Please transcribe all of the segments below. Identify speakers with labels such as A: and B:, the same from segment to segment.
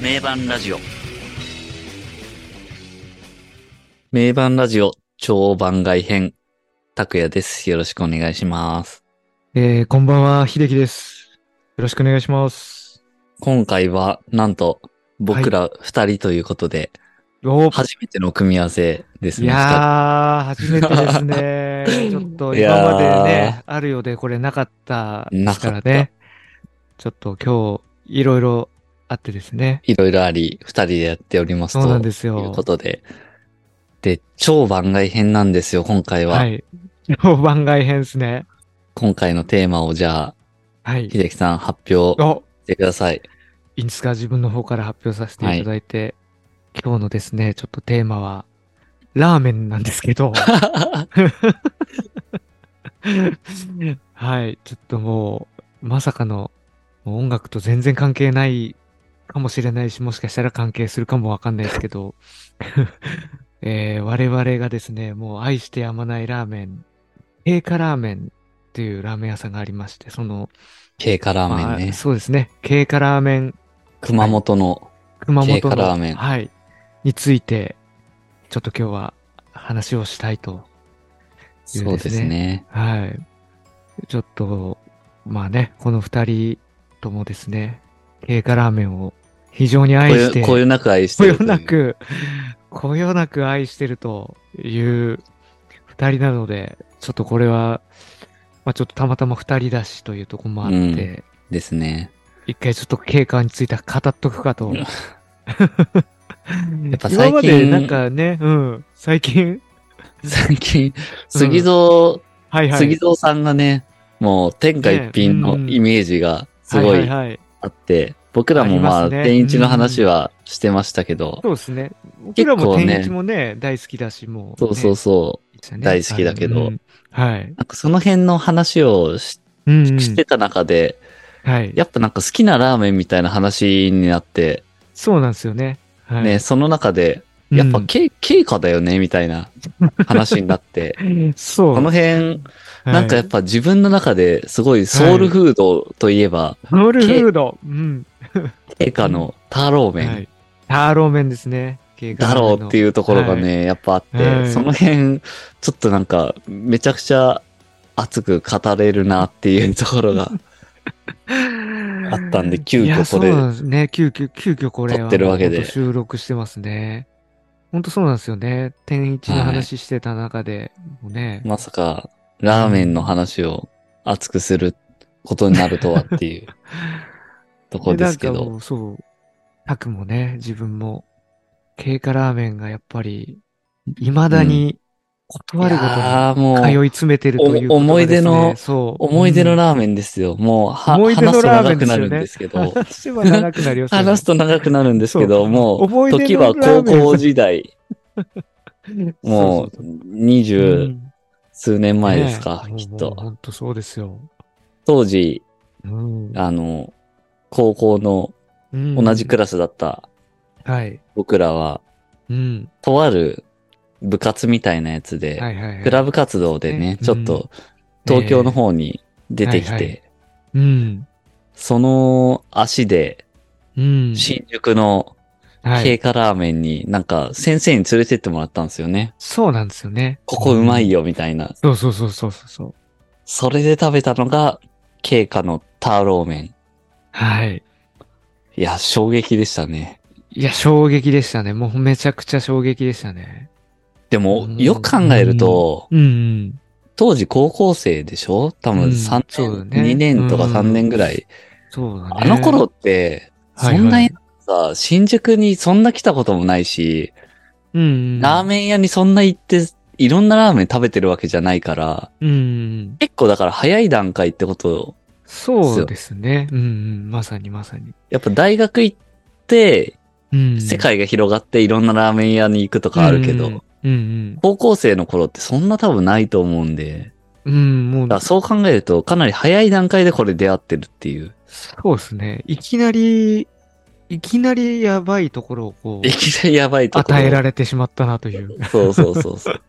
A: 名盤ラジオ。名盤ラジオ超番外編。拓也です。よろしくお願いします。
B: えー、こんばんは、秀樹です。よろしくお願いします。
A: 今回は、なんと、僕ら二人ということで、
B: おー
A: 初めての組み合わせです
B: い
A: ね。
B: やー、初めてで すね。ちょっと
A: いやー
B: 今までね、あるようでこれなかったですから
A: なか
B: ね。ちょっと今日、いろいろあってですね。
A: いろいろあり、二人でやっておりますと。
B: そうなんです
A: という
B: よ
A: こ。とで。で、超番外編なんですよ、今回は。
B: はい。超番外編ですね。
A: 今回のテーマをじゃあ、
B: はい。
A: 秀樹さん発表
B: お
A: してください。
B: いいんですか自分の方から発表させていただいて、今日のですね、ちょっとテーマは、ラーメンなんですけど。はい、ちょっともう、まさかの、もう音楽と全然関係ないかもしれないし、もしかしたら関係するかもわかんないですけど、 えー我々がですね、もう愛してやまないラーメン、平価ラーメンっていうラーメン屋さんがありまして、その、
A: 経過ラーメン
B: まあ
A: ね。
B: そうですね、経過ラーメン
A: 熊本の、
B: 熊
A: 経
B: 本
A: 過
B: の
A: ラーメン
B: はい、について、ちょっと今日は話をしたいと。い
A: そうですね。
B: はい。ちょっと、まあね、この二人ともですね、経過ラーメンを非常に愛
A: こよ
B: して、
A: こよなく愛して
B: こ
A: る
B: よ
A: という
B: な。く、こよなく愛してるという二人なので、ちょっとこれは、まあちょっとたまたま二人だしというとこもあって、
A: うんですね。
B: 一回ちょっと経過について語っとくかと。
A: うん
B: やっ
A: ぱ最近
B: 今までなんかね、うん、最近、
A: 最近、杉蔵、
B: はいはい。
A: 杉蔵さんがね、もう天下一品の
B: ねうん
A: イメージがすご
B: はい
A: い
B: はいはい。
A: あって、僕らもま
B: あ
A: あ、
B: りますね
A: 天一の話はしてましたけど、
B: そうですね。僕
A: 結
B: ら
A: 構ね
B: も天一もね、大好きだし、もう、
A: そうそう
B: そ
A: そう
B: う
A: 大好きだけど。
B: はい。
A: なんかその辺の話をし
B: うんうん
A: してた中で、
B: はい。
A: やっぱなんか好きなラーメンみたいな話になって、
B: そうなんですよね。はい
A: ね、その中で、やっぱ、け経過だよね、みたいな話になって、
B: うん そう。
A: この辺、なんかやっ
B: ぱ、
A: ぱ自分の中ですごいソウルフードといえば、
B: ノールフード。うん。
A: 経過のターローメン、
B: はい。ターローメンですね。経過
A: だろうって
B: う。
A: いうところがね、やっぱあって、
B: はい
A: その辺、ちょっとなんか、めちゃくちゃ熱く語れるなっていうところ が あったんで、急
B: いや
A: 遽これ
B: そうなんですね。急遽、急遽これは。
A: 撮ってるわけで
B: ほんと収録してますね。本当そうなんですよね。天一の話してた中で、もうね。
A: まさか、ラーメンの話を熱くすることになるとはっていうところですけ
B: でなんか
A: ど
B: も。うそう。たくもね、自分も、経過ラーメンがやっぱり、未だに断るごとに
A: やーもう、
B: 通い詰めてるという
A: お
B: ことが
A: 思い出
B: ですね
A: の
B: そ う。
A: 思い出の
B: ー
A: ラーメンですよ。もう、は
B: 思い出の
A: 話すと
B: ラーメ
A: 長
B: ン
A: く
B: です
A: な
B: よね
A: るんです けど、
B: 話は長くなりますよね。
A: 話すと長くなるんですけど、も
B: 思
A: う、
B: い出の
A: 時は
B: ラー
A: 高
B: メン
A: 校時代。も
B: そううそうそう、
A: 二
B: う
A: 十
B: ん
A: 数年前ですか、
B: ね
A: きっ
B: もうもう
A: と。
B: 本当そうですよ。
A: 当時、
B: うん
A: あの、高校の同じくらいだった
B: はい。
A: 僕らは、
B: うん。
A: とある部活みたいなやつ
B: は
A: で、
B: いはいはい。
A: クラブ活動でね、
B: うん
A: ちょっと東京の方に出てき
B: はいはい
A: て、
B: うん。
A: その足で
B: うん。
A: 新宿の
B: はい。
A: 経過ラーメンになんか先生に連れてってもらったんですよね。
B: そうなんですよね。
A: ここうまい
B: よ。
A: よみたいな。
B: そうそうそうそうそうそう。
A: それで食べたのが経過のターローメン。
B: はい。
A: いや、衝撃でしたね。
B: いや、衝撃でしたね。もうめちゃくちゃ衝撃でしたね。
A: でも
B: う、ん
A: よく考えると、
B: うんうん。
A: 当時高校生でしょ多
B: う
A: 分
B: ん
A: 3
B: そうだ
A: 年、
B: ね
A: 2年とか
B: うん
A: 3年ぐらい。
B: そうだね。
A: あの頃って、そ
B: はいはい
A: んなにさ、新宿にそんな来たこともないし、
B: うんうん。
A: ラーメン屋にそんな行って、いろんなラーメン食べてるわけじゃないから、
B: うんうん。
A: 結構だから早い段階ってこと、
B: そうですね。うんうん。まさにまさに。
A: やっぱ大学行って、
B: うん。
A: 世界が広がっていろんなラーメン屋に行くとかあるけど、
B: うんうん。
A: 高校生の頃ってそんな多分ないと思うんで、
B: うんうん、うんも
A: だ
B: う
A: から、そう考えるとかなり早い段階でこれ出会ってるっていう。
B: そうですね。いきなり、いきなりやばいところをこう
A: い、きなりやばいところ。
B: 与えられてしまったなという。
A: そうそうそうそう。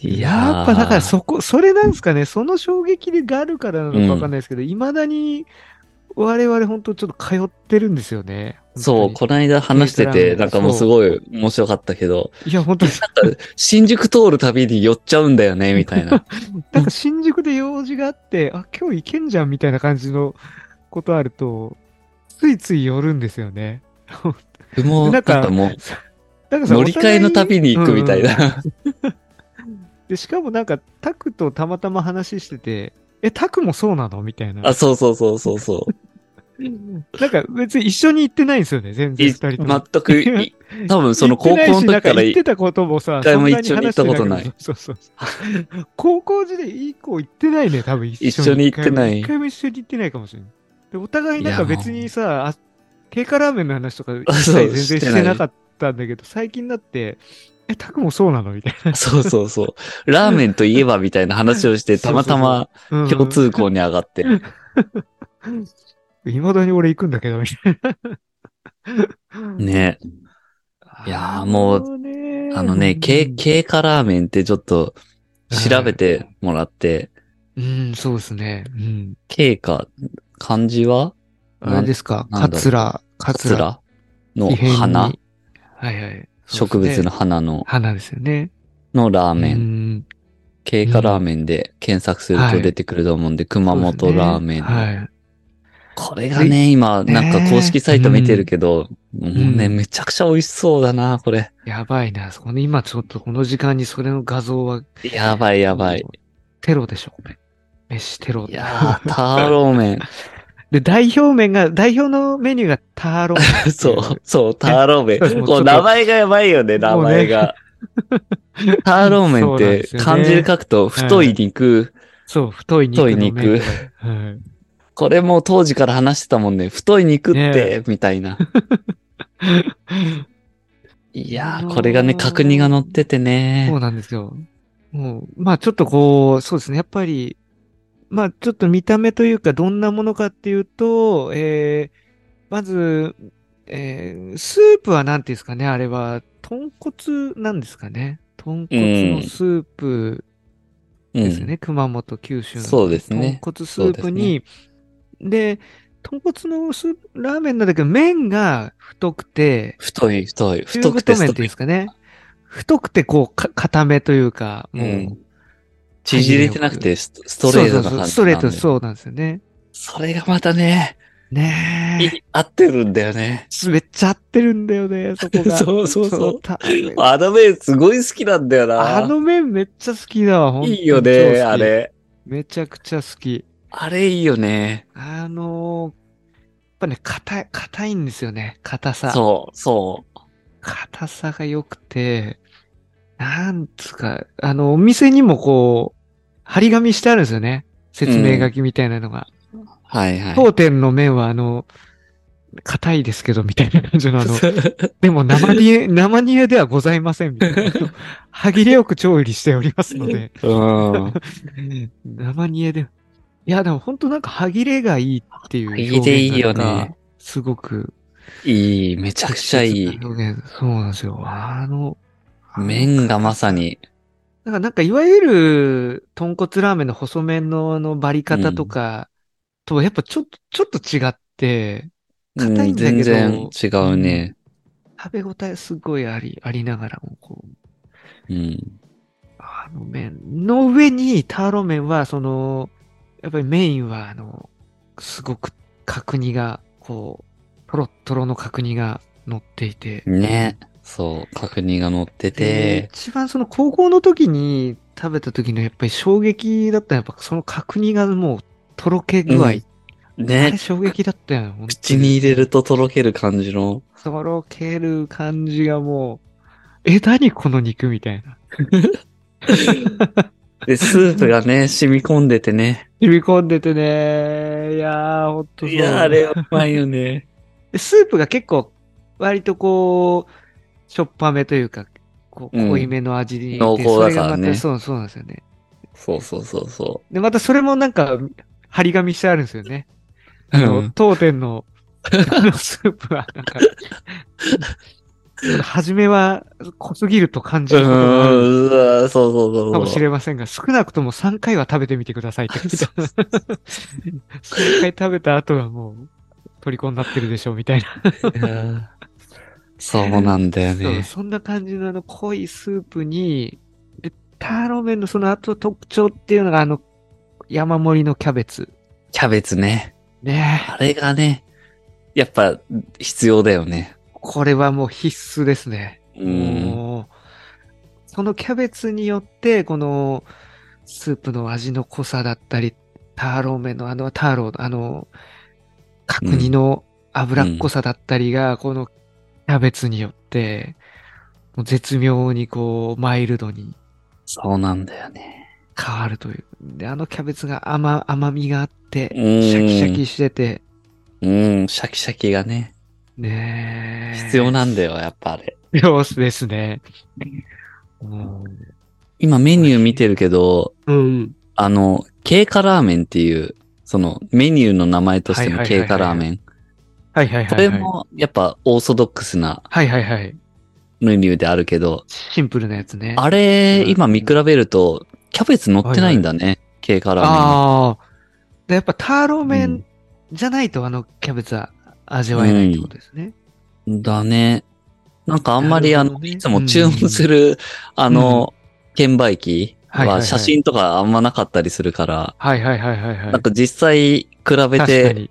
A: いやー
B: やっぱだからそこ、それなんですかね、その衝撃があるからなのかわかんないですけど、いまだに我々本当ちょっと通ってるんですよね。
A: そう、
B: 本
A: こないだ話してて、
B: 軽トラの
A: なんかもうすごい面白かったけど、
B: 当にいや、本当に。
A: なんか新宿通るたびに寄っちゃうんだよね、みたい な。
B: なんか新宿で用事があって、あ、今日行けんじゃんみたいな感じのことあると、ついつい寄るんですよね。
A: もう、な
B: なんんか
A: かもう、
B: なんかさ
A: 乗り換えの旅に行くみたい。
B: お互うん
A: な。
B: で、しかもなんか、タクとたまたま話してて、え、タクもそうなのみたいな。
A: あ、そうそうそうそうそう。
B: なんか別に一緒に行ってないんですよね、全然
A: い
B: 二人とも。
A: 全く い、多分その高校の時から
B: 行っ
A: い
B: てたこともさ、
A: 一回も一緒に行ったことない
B: そんに話してないけど。そうそうそう。 高校時代以降行ってないね、多分一緒
A: 一緒に行ってない
B: 一回も一緒に行ってないかもしれない。で、お互いなんか別にさ、あ経過ラーメンの話とか一
A: そ
B: 切
A: う
B: 全然
A: して
B: し
A: な
B: て
A: い
B: なかったんだけど、最近になって、え、タクもそうなのみたい
A: そうそうそう。ラーメンといえばみたいな話をして、たまたま
B: な。うん
A: 共 通項に上がって。
B: いまだに俺行くんだけど、みたいな。
A: ね。いやーもう
B: うね
A: あのね、け
B: うん
A: 経過ラーメンってちょっと調べてもらって、
B: うん、そうですね。うん。
A: 経過、漢字は
B: あれですか、
A: なんだ
B: カ
A: ろう
B: ツラ、カツラ。
A: 桂の
B: 異変に
A: 花、
B: はいはい。
A: 植
B: そうで
A: 物
B: すね
A: の花の、
B: 花ですよね。
A: のラーメ
B: う
A: ン、
B: ん
A: 経過ラーメンで検索する
B: は
A: と
B: い
A: 出てくると思うんで、熊
B: そう
A: 本
B: ですね
A: ラーメン。
B: はい。
A: これがね、今、
B: ね
A: なんか公式サイト見てるけど、もうね、
B: うん
A: めちゃくちゃ美味しそうだな、これ。
B: やばいな。そこの今ちょっとこの時間にそれの画像は。
A: やばいやばい。。
B: テロでしょ、これ。飯テロ
A: い。やー、ターローメン。
B: で、代表麺が、代表のメニューがターロン。
A: そう、そう、ターロ ーメン。
B: もうちょっと
A: こう、名前がやばいよね、名
B: もうね
A: 前 が。ターローメンっ
B: そうなんで
A: て
B: すよね
A: 漢字で書くと、太い肉。
B: そう、太い肉の麺。
A: 太い肉
B: はい。
A: これも当時から話してたもんね。太い肉っ
B: ね
A: て、みたい な。いやー、これがね、角煮が乗ってて
B: そ
A: ね
B: う。なんですよ。もう、まあちょっとこう、そうですね、やっぱり、まあちょっと見た目というか、どんなものかっていうと、えー、まず、えー、スープは何ていうんですかね、あれは、豚骨なんですかね。豚骨のスープ
A: う
B: ですよ
A: ん。
B: ね、熊本、九州の。
A: そうですね。
B: 豚骨スープに、で豚骨のスープ、ラーメンなんだけど、麺が太くて、
A: 太い、太い。
B: 中
A: 太く
B: 太
A: て
B: 麺っ
A: 太
B: ていうん
A: い
B: です。かね。太くてこう、か、固めというか、
A: う
B: もう、
A: ん。縮れてなくてスストレートな
B: そうそうそ
A: 感
B: う
A: じ。
B: ストレート、そうなんですよね。
A: それがまたね、
B: ね
A: い合ってるんだよね。
B: え。めっちゃ合ってるんだよね、そこが。
A: そうそうそう
B: のた
A: あの麺すごい好きなんだよな。
B: あの麺めっちゃ好きだわ、ほんと
A: い
B: に
A: いよ
B: 超好き
A: ね、あ。れ。
B: めちゃくちゃ好き。
A: あれいいよね。
B: あのー、やっぱね、硬い、硬いんですよね、硬さ。
A: そう、そう。
B: 硬さが良くて、なんつうか、あの、お店にもこう、張り紙してあるんですよね。説明書きみたいなのが。
A: はいはい。
B: 当店の麺は、あの、硬いですけど、みたいな感じの、あの、でも生煮え、 生煮えではございません、みた いな。歯切れよく調理しておりますので、
A: うん。
B: 生煮えで。いや、でも本当なんか歯切れがいいっていう表現
A: いいでいいよ
B: なんか
A: ね。。
B: すごく。
A: いい、めちゃくちゃい い。
B: 表現。そうなんですよ。あの、
A: 麺がまさに。
B: なんか、なんかいわゆる、豚骨ラーメンの細麺のあの、バリ方とか、とはやっぱちょっと、ちょっと違って、
A: う
B: 硬いん
A: ん、
B: だけ
A: 全
B: ど
A: 然違うね。
B: 食べ応えすごいあり、ありながらも、こう、
A: うん。
B: あの麺の上に、ターロ麺は、その、やっぱりメインは、あの、すごく角煮が、こう、とろっとろの角煮が乗っていて、
A: ね。そう、角煮が乗って
B: で
A: て、
B: 一番その高校の時に食べた時のやっぱり衝撃だったのはやっぱその角煮がもうとろけ具合。
A: うん
B: あれ
A: ね。
B: 衝撃だったよ。本当
A: 口に入れるととろける感じの。
B: とろける感じがもう、え、何この肉みたいな。
A: で、スープがね、染み込んでてね。
B: 染み込んでてね。いやー、ほんとそう。
A: いや、あれはうまいよね。
B: でスープが結構、割とこう、しょっぱめというか、こう
A: うん
B: 濃いめの味に、
A: 濃厚だからね
B: それがまたそう、そうなんですよね。
A: そうそうそうそ
B: で、またそれもなんか、張り紙してあるんですよね。
A: う。
B: あの
A: うん
B: 当店 の、あのスープは、なんか、 初めは濃すぎると感じ
A: う
B: ることがある
A: ん、うわそうそうそうそう。
B: かもしれませんが、少なくとも3回は食べてみてくださいって書いてある3回食べた後はもう、虜になってるでしょ、みたいな。
A: そうなんだよ
B: そう、
A: ね。
B: そんな感じのあの濃いスープに、で、ターローメンのその後特徴っていうのがあの、山盛りのキャベツ。
A: キャベツね。
B: ねえ
A: あれがね、やっぱ必要だよね。
B: これはもう必須ですね。
A: うん。
B: もうそのキャベツによって、この、スープの味の濃さだったり、ターローメンのあの、ターローのあの、角煮の脂っこさだったりが、このキャベツによって、もう絶妙にこう、マイルドに
A: そうなんだよね。
B: 変わるという。で、あのキャベツが甘、甘みがあって、シ
A: うん
B: ャキシャキしてて、
A: うん、シャキシャキがね、
B: ねえ
A: 必要なんだよ、やっぱあれ。
B: 必要ですね。うん。
A: 今メニュー見てるけど、
B: うん。
A: あの、経過ラーメンっていう、そのメニューの名前としての
B: はいはい
A: 経
B: はいは
A: 過
B: い
A: ラーメン。
B: はいはいはい、はい。
A: これ。もやっぱオーソドックスな
B: はいはいはい。
A: メニューであるけど、
B: シンプルなやつね。
A: あ
B: う
A: れ、
B: ん
A: 今見比べると、キャベツ乗ってないんだね、経過ラー
B: ああ。で、やっぱターローメ
A: う
B: ン
A: ん
B: じゃないと、あのキャベツは味わえないってことですね。
A: メン。だね。なんかあんまり、
B: な
A: あ
B: るほ
A: の
B: ど、ね
A: いつも注文する、あの、券売機
B: はいはいは
A: はい写真とかあんまなかったりするから、
B: はいはいはいはいはい。
A: なんか実際比べ
B: 確か
A: て、
B: に。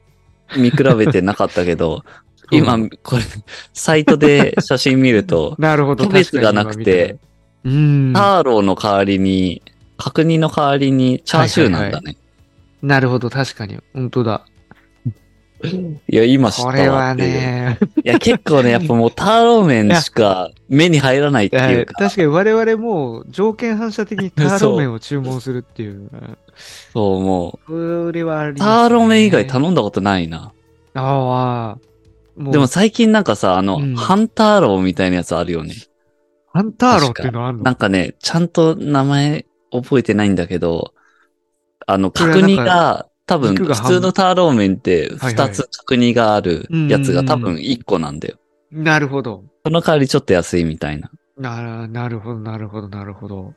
A: 見比べてなかったけど、今
B: うん、、
A: これ、サイトで写真見ると、
B: なるほど。
A: キャベツがなくて
B: 確かに今見たら。
A: ターローの代わりに、角煮の代わりにチャーシューなんだね。
B: うん。なるほど、確かに。本当だ。
A: いや、今知った
B: こ
A: わ
B: れは
A: っていう
B: ね、
A: いや、結構ね、やっぱもうターローメンしか目に入らないってい
B: は
A: う
B: い
A: か、
B: 確かに我々も条件反射的 にターローメンを注文するっていう。
A: そうも
B: それはあり
A: う、
B: ますね
A: ターローメン以外頼んだことないな。
B: ああ。もう
A: でも、最近なんかさ、あの、
B: うん
A: ハンターローみたいなやつあるよね。
B: ハンターローっていうのある
A: な
B: の
A: んかね、ちゃんと名前覚えてないんだけど、あの、
B: それは
A: 角煮
B: なん
A: が、多分、
B: 肉が
A: 普
B: 半分
A: 通のターローメンって
B: はい
A: 2つ角煮があるやつが
B: うん
A: 多分1個なんだよ。
B: なるほど。
A: その代わりちょっと安いみたいな。
B: な るなるほど、なるほど、なるほど。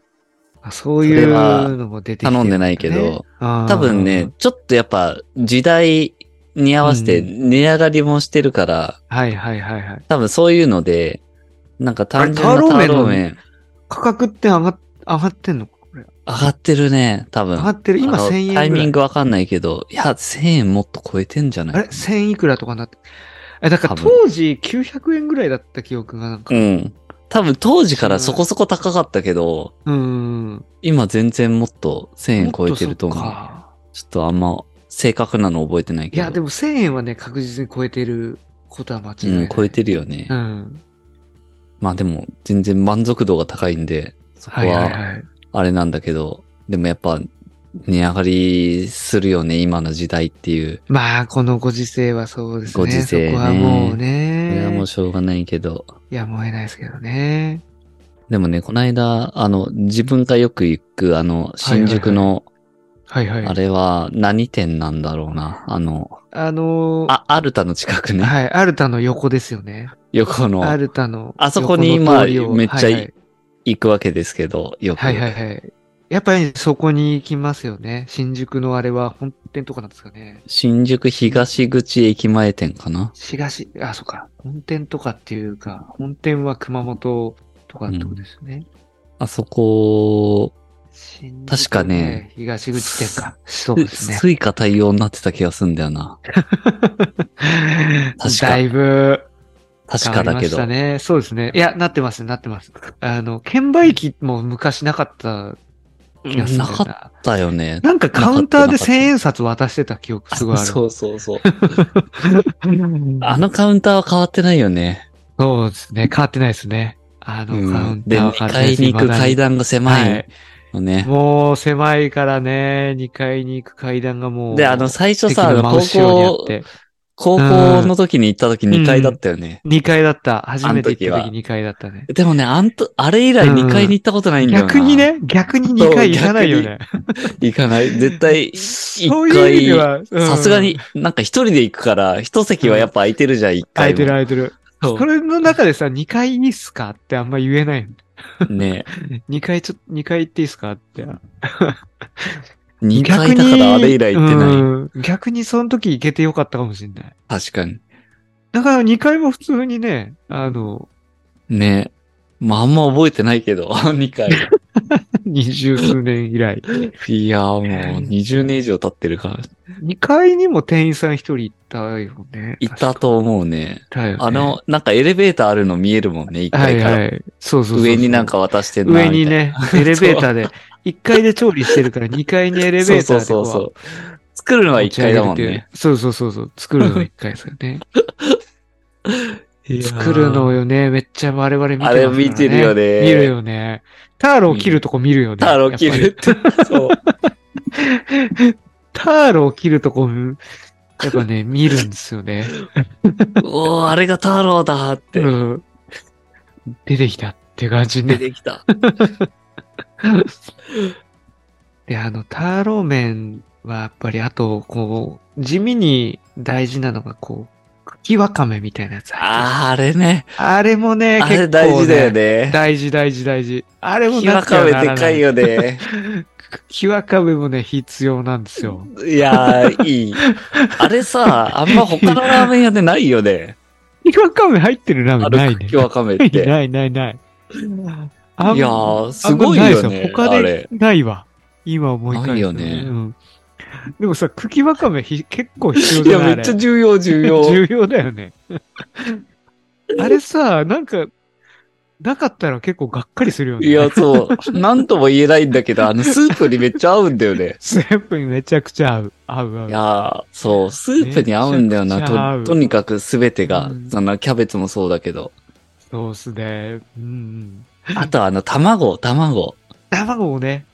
B: あそうい
A: それ
B: う
A: は
B: のも出てきてるだね、
A: 頼んでないけど、
B: あー、
A: 多分ね、ちょっとやっぱ時代に合わせて
B: う
A: 値上がりもしてるから、
B: はいはいはいはい。
A: 多分そういうので、なんか単純な
B: あ
A: タ
B: れターローメ
A: ー
B: ンの
A: ローメン
B: 価格って上がっ上がってんのこれ
A: 上がってるね、多分。
B: 上がってる。今
A: あの
B: 1000円ぐら
A: タ
B: い。
A: イミングわかんないけど、いや、1000円もっと超えてんじゃない
B: あれ ?1000 いくらとかなって。え、だから
A: 多分
B: 当時900円ぐらいだった記憶がなんか。
A: うん。多分当時からそこそこ高かったけど、
B: うーん。
A: 今全然もっと1000円超えてると思
B: もっそっ
A: う。
B: か
A: ちょっとあんま正確なの覚えてないけ
B: い
A: ど。
B: や、でも1000円はね、確実に超えてることは間違いな
A: う
B: い。
A: ん、超えて
B: る。
A: るよね。
B: うん。
A: まあでも全然満足度が高いんで、そこ
B: はいはい
A: は
B: はい。
A: あれなんだけど、でもやっぱ値上がりするよね、今の時代っていう。
B: まあ、このご時世はそうですね。
A: ご時世ね
B: そこはもう
A: こ
B: ね。
A: れはもうしょうがないけど。
B: やむを得ないですけどね。
A: でもね、この間、あの、自分がよく行く、あの、新宿の、
B: はいはい。
A: あれは何店なんだろうな。あの、
B: あのー
A: あ、アルタの近くね。
B: はい、アルタの横ですよね。
A: 横の
B: アルタの。
A: あそこに今めっちゃ
B: い
A: い
B: い。
A: 行くわけですけど、よく。
B: はいはいはいはい。やっぱりそこに行きますよね。新宿のあれは本店とかなんですかね。
A: 新宿東口駅前店かな。
B: 東、あ、そっか。本店とかっていうか、本店は熊本とかってことですね。
A: あそこ、
B: 新宿
A: 確かね。
B: 東口店か。そうですね。
A: スイカ対応になってた気がするんだよな。確か
B: だいぶ
A: 確かだけど。
B: 変わりましたね。そうですね。いや、なってます、なってます。あの、券売機も昔なかった気がするんだよ
A: なかっ
B: な。
A: たよね。
B: なんかカウンターで
A: なかった
B: 1000円札渡してた記憶すごいあ る。
A: そ
B: そう
A: そうそう。あのカウンターは変わってないよね。
B: うですね。変わってないですね。あのカウンタ
A: で、
B: ーは
A: 2
B: 変わってない
A: 階
B: です。
A: に行く階
B: 段
A: 段が狭いのね。
B: もう狭いからね、2階に行く階段がもう。
A: で、あの、最初さ、あの
B: 敵
A: 高
B: の真後ろにあっ
A: 校、
B: て。
A: 高校の時に行った時2階だったよね。
B: 2階だった。初めて行った
A: あの時は
B: 時2階だったね。
A: でもね、あんと、あれ以来2階に行ったことないんだよな。
B: 逆に。ね、逆に2階行かないよね。
A: 行か ない。絶対、
B: そういう意味では、うん
A: さすがに、なんか一人で行くから、一席はやっぱ空いてるじゃん、一回
B: 空い
A: も。
B: てる空いてる。
A: そう
B: これの中でさ、2階にっすかってあんま言えない。
A: ね
B: 2階ちょっと、2階行っていいっすかって。
A: 2
B: 逆
A: 回
B: に
A: だからあれ以来行ってない。
B: うん逆にその時行けてよかったかもしれない。
A: 確かに。
B: だから2回も普通にね、あの、
A: ね。まああんま覚えてないけど、2回。
B: 二十数年以来。
A: いやーもう20年以上経ってるから、
B: 2階にも店員さん一人いたよね。
A: 行ったと思うね。
B: 確かいたよね。
A: あ、の、なんかエレベーターあるの見えるもんね、1
B: はい
A: 階から。
B: はい。そうそうそうそう
A: 上になんか渡してんなみた
B: 上
A: いな。
B: にね、エレベー ターで、1階で調理してるから2階にエレベーターでこ
A: そうそうそうそう。作るのは
B: 持
A: 1
B: ち上
A: 階
B: げて
A: だもんね。。
B: そうそうそうそう。作るの1階ですよね。
A: いやー
B: 作るのよね。めっちゃ我々見てます
A: あ
B: から、ね。
A: れ見てるよね
B: 見るよね。ターロを切るとこ見るよね。
A: タロ切
B: やっ
A: るって。そう。
B: ぱり。ターロを切るとこ、やっぱね、 見るんですよね。
A: おー、あれがタロだーって
B: うん出てきたって感じ
A: 出
B: ね。
A: てきた。
B: で、あの、ターロー麺はやっぱり、あと、こう、地味に大事なのが、こう、茎わかめみたいなやつ。
A: あー、あれね。
B: あれもね、
A: あれ
B: 結構、ね、
A: 大事だよね。
B: 大事大事大事。あれも
A: ひ
B: な
A: わ
B: くて
A: か
B: は
A: め
B: ならな
A: でかい。よね。
B: ひわかめもね、必要なんですよ。
A: いやー、いい。あれさ、あんま他のラーメン屋でないよね。
B: ひわかめ入ってるラーメンな
A: 歩
B: い
A: く
B: ね。
A: ひわかめっ
B: な
A: て。い
B: い
A: や
B: ないないない。あん
A: ー、すごいよね。
B: 他
A: あ
B: で
A: れ。
B: ないわ。今思い返すと
A: ないよね
B: うんでもさ、茎わかめひ結構必要
A: い
B: じ
A: や、
B: ゃない
A: めっちゃ
B: あ
A: 重要、重
B: れ
A: 要。
B: 重要だ よね。あれさ、なんか、なかったら結構がっかりするよね。
A: いや、そう。なんとも言えないんだけど、あの、スープにめっちゃ合うんだよね。
B: スープにめちゃくちゃ合う。合う合う。
A: いやー、そう、スープに合うんだよ
B: めちゃくちゃ合
A: な。
B: う
A: と、とにかくすべてが、
B: うん
A: その、キャベツもそうだけど。
B: ソースで、うん。
A: あと、あの、卵、卵。
B: 卵をね。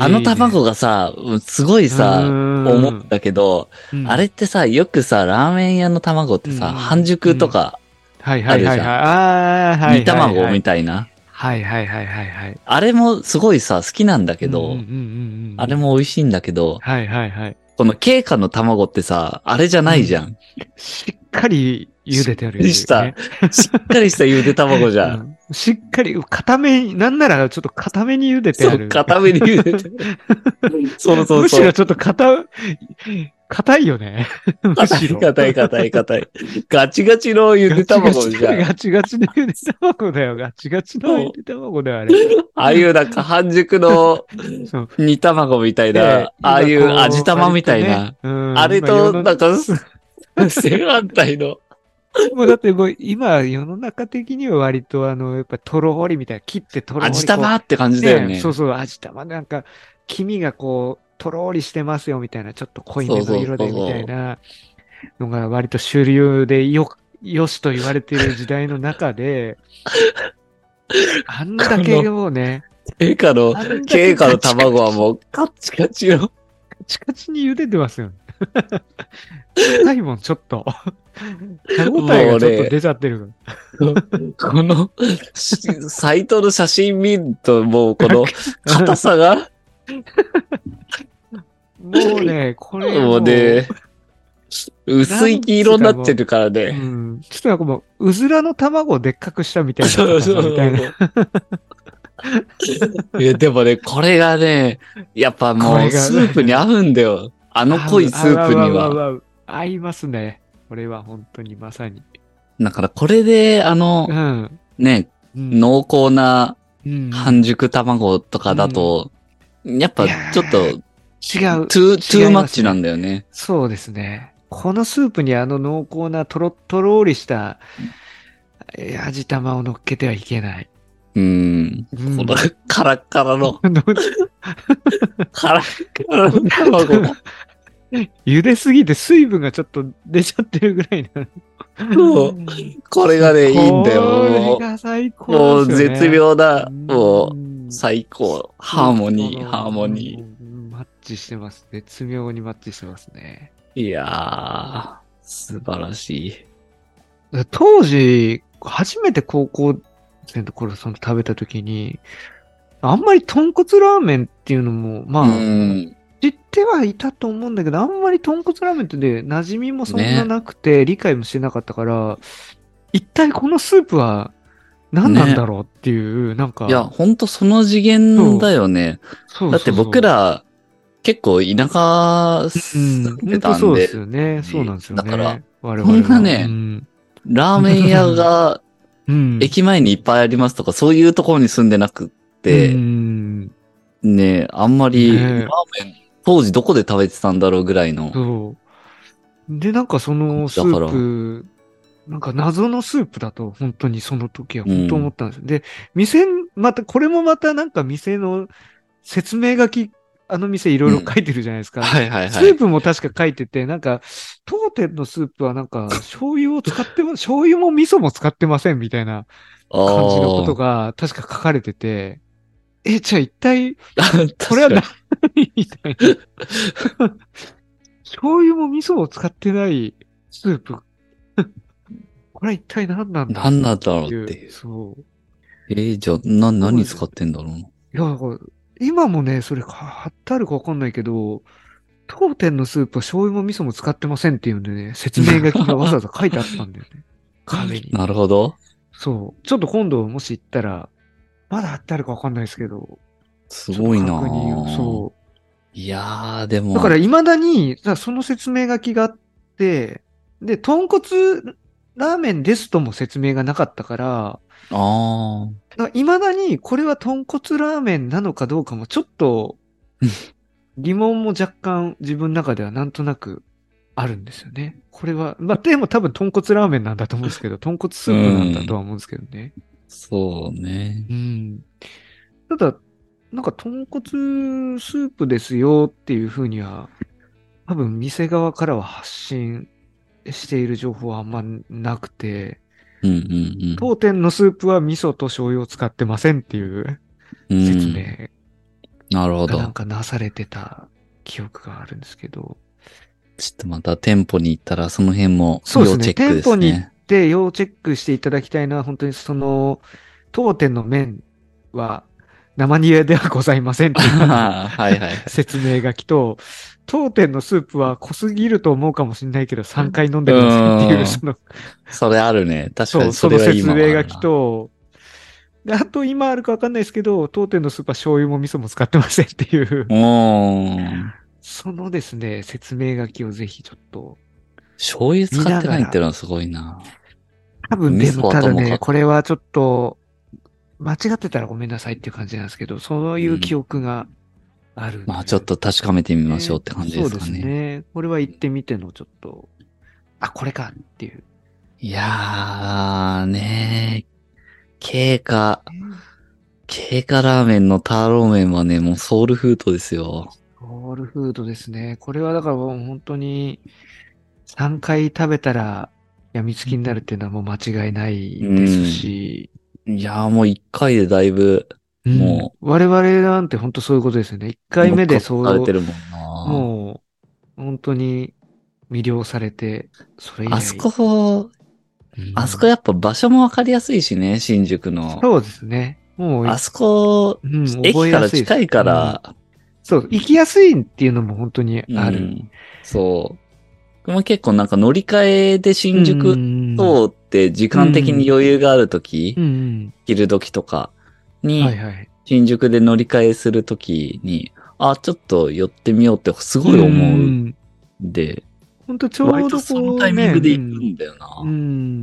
A: あの卵がさ、すごいさ、思うんだけど、
B: うん
A: あれってさ、よくさ、ラーメン屋の卵ってさ、
B: うん
A: 半熟とか、
B: はいはいは
A: あ
B: いはい。
A: るじゃん
B: ああー、はい。
A: 煮卵み
B: た
A: たいな。
B: いな。はいはいはいはいはい。
A: あれもすごいさ、好きなんだけ
B: うんうん
A: ど
B: うん、うん
A: あれ。も美味しいんだけど、
B: はいはいはい。
A: この経過の卵ってさ、あれじゃないじゃん。
B: しっかり茹でてあるよね。
A: ししたしっかりしたゆで卵じゃん。
B: うんしっかり、固めに、なんならちょっと固めに茹でてあ
A: そう、
B: る。
A: 固めに茹でて。 そうそう
B: むし
A: そう
B: ろ。ちょっと固、硬い よね。む
A: 硬
B: しろ
A: い。硬い硬い硬い。ガチガチのゆで卵じゃん。あ
B: ガチガチのゆで卵だよ。ガチガチのゆで卵だよ、あれ。
A: あいうなんか半熟の
B: そう
A: 煮卵みたい
B: で
A: な、ああいう
B: 今こ
A: 味玉みたい
B: 割
A: な、
B: とねうん
A: あれ
B: 今世
A: と
B: の
A: なんか、正反対の。
B: もうだってもう今世の中的には割とあの、やっぱとろほりみたいな、切ってとろほりこう。
A: 味玉って感じだよね。
B: そうそう、味玉なんか、黄身がこう、とろーりしてますよみたいな、ちょっと濃いめの色でみたいなのが割と主流でよ、よしと言われている時代の中 で、あんだけもうね、
A: 経過の、
B: あんだけ
A: 経過の卵はもうカッチカチよ。
B: カチカチに茹でてますよね。 硬いもん、ちょっ と。歯応えがちょっと出ちゃってる。
A: この、しサイトの写真見るともうこ の硬さが、
B: もうね、これ
A: もうね、薄い黄色になってるから
B: う
A: ね。
B: ん、ちょっとなんかもう、うずらの卵をでっかくしたみたいな。
A: そうそう
B: みたいな。
A: いや、でもね、これがね、やっぱも
B: これ
A: う
B: が
A: スープに合うんだよ。あの濃いスープに
B: 合う
A: は。
B: 合う合う合う合いますね。これは本当にまさに。
A: だからこれで、あの
B: う、ん。
A: ね、
B: うん、
A: 濃厚な
B: うん、
A: 半熟卵とかだと、やっぱちょっと、
B: 違う。
A: トゥー、トゥ
B: 違
A: ーマ
B: いま
A: ッ
B: すね
A: チなんだよね。
B: そうですね。このスープにあの濃厚なとろっとろーりしたえー味玉を乗っけてはいけない。
A: うん。
B: うん
A: この、カラッカラの、カラッカラの卵が。
B: 茹ですぎて水分がちょっと出ちゃってるぐらいな。
A: そうこれがね、いいんだよ。
B: こ
A: も
B: れが最
A: う、も
B: 高
A: う
B: ですよ、ね。
A: 絶妙な、
B: うん。
A: もう、最高。ハーモニー、ハーモ
B: う
A: ニ
B: ん。マッチしてます。絶妙にマッチしてますね。
A: ー。いやー、素晴らしい。
B: 当時、初めて高校生の頃その食べた時に、あんまり豚骨ラーメンっていうのも、ま
A: う
B: あ、
A: ん。
B: 知ってはいたと思うんだけど、あんまり豚骨ラーメンってね、馴染みもそんななくて、理解もしてなかったから、一体このスープは何なんだろうっていう、なんか。
A: いや、ほんとその次元だよね。
B: そうそうそう、
A: だって僕ら、結構田舎住んで
B: 本当
A: た
B: そ
A: ん
B: うで
A: で、
B: すよね。そうなんですよね。
A: だから、
B: 我々は
A: そんなね
B: うん
A: ラーメン屋が
B: うん。
A: 駅前にいっぱいありますとか、そういうところに住んでなくって、
B: うん
A: ね、あんまり、
B: ね
A: ラーメン、当時どこで食べてたんだろうぐらいの。
B: そう。で、なんかそのス
A: だ
B: ー
A: か
B: プ、なんか謎のスープだと、本当にその時は本当思ったんですよ。で、店、また、これもまたなんか店の説明書き、あの店いろいろ書いてるじゃないですか。
A: はいはい
B: スー。プも確か書いてて、なんか、当店のスープはなんか、醤油を使っても、醤油も味噌も使ってませんみたいな
A: あ
B: 感じのこ
A: ー
B: とが確か書かれてて、え、じゃあ一体、 こ
A: こ
B: れは
A: れは
B: 何 みたいな。 醤油も味噌も使ってないスープ。 これは一体何なんだ
A: 何なんだろう
B: っ
A: ってて
B: いう
A: いう。
B: そう。
A: えー、じゃあ、な、何使ってんだろうない
B: や、だから今もね、それ貼ってあるかわかんないけど、当店のスープは醤油も味噌も使ってませんっていうんでね、説明書きがわざわざ書いてあったんだよ ね。壁に。
A: なるほど。
B: そう。ちょっと今度もし行ったら、まだ貼ってあるかわかんないですけど。
A: すごいな
B: ちょっと確認を
A: ぁ
B: そう。
A: いやー、でも。
B: だから、未だに、だその説明書きがあって、で、豚骨ラーメンですとも説明がなかったから、
A: あ
B: だから未だにこれは豚骨ラーメンなのかどうかもちょっと
A: うん
B: 疑問も若干自分の中ではなんとなくあるんですよね。これは、まあでも多分豚骨ラーメンなんだと思うんですけど、豚骨スープなんだとは思うんですけどね。
A: ー、そうね。
B: うん。ただ、なんか豚骨スープですよっていうふうには、多分店側からは発信している情報はあんまなくて、
A: うんうん
B: 当店のスープは味噌と醤油を使ってませんっていう
A: うん。うん
B: 説明
A: なるほ
B: が
A: ど。
B: なん
A: ち
B: かなされてた記憶があるんですけど。
A: ょっとまた店舗に行ったら、その辺も
B: そうで
A: 要
B: すね
A: チェックで
B: 店舗
A: す
B: に
A: ね。
B: で、要チェックしていただきたいのは、本当にその、当店の麺は生煮えではございませんってい うのが
A: あーはいはい。
B: 説明書きと、当店のスープは濃すぎると思うかもしれないけど、3回飲んでくださいっていうう、
A: ん
B: その、
A: それあるね。確か
B: そう
A: に
B: そ
A: そ
B: の
A: れは
B: 説
A: 今はあ
B: 明
A: る
B: 書
A: な
B: きと、であと今あるかわかんないですけど、当店のスープは醤油も味噌も使ってませんっていう、
A: うーん。
B: そのですね、説明書きをぜひちょっと、
A: 醤油使ってないってのはすごいな。
B: 多分ね、
A: 味噌は
B: ただ
A: とも
B: ね、
A: かく
B: これはちょっと、間違ってたらごめんなさいっていう感じなんですけど、そういう記憶があるんで、
A: まあちょっと確かめてみましょうって感じですか
B: そうです
A: ね。
B: ね。これは行ってみてのちょっと、あ、これかっていう。
A: いやーねー、経過、経過ラーメンのターローメンはね、もうソウルフードですよ。
B: ソウルフードですね。これはだからもう本当に3回食べたら病みつきになるっていうのはもう間違いないですし、
A: いやーもう一回でだいぶ、んも
B: うん我々なんて本当そういうことですよね。1回目で
A: そ
B: そうう、
A: されてるもんな。
B: もう本当に魅了されて、それ以来
A: あそ、こ、
B: うん
A: あそこやっぱ場所もわかりやすいしね、新宿の。
B: そうですね。もう、
A: あそこ、
B: うん、
A: 駅
B: 覚え
A: か
B: や
A: ら
B: すいです
A: 近いか、ら、
B: うんそう、行きやすいっていうのも本当にあ
A: う
B: る。
A: んそう。僕も結構なんか乗り換えで新宿
B: と、
A: 通って時間的に余裕があるとき、
B: うん
A: 昼時とか
B: うん、はい
A: に、
B: はい。
A: 新宿で乗り換えするときに、あ、ちょっと寄ってみようってすごい思うん
B: ん
A: で、
B: 本当ちょ
A: 割
B: う
A: と
B: どこ、
A: そうの
B: ね、
A: タイミングで行くんだよな。
B: うん、う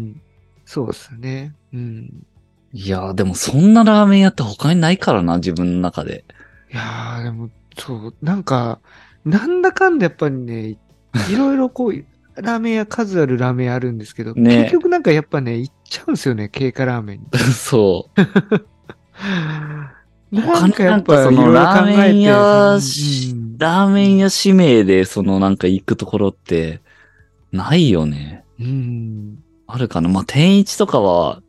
B: んそうですね。うん。
A: いやーでもそんなラーメン屋って他にないからな、自分の中で。
B: いやー、でも、そう、なんか、なんだかんだやっぱりね、いろいろこう、ラーメン屋、数あるラーメン屋あるんですけ ど、
A: ね
B: 結局なんかやっぱね、行っちゃうんですよね、経過ラーメ ンに。
A: そう。
B: なんかやっぱ、
A: 他
B: い
A: に
B: ろい
A: なんかそ
B: ろ考
A: のラーメ
B: え
A: ン
B: て、
A: 屋
B: う
A: し
B: ん、
A: ラーメン屋指名でそのなんか行くところって、ないよね。
B: うん、
A: あるかなまあ、天一とかは、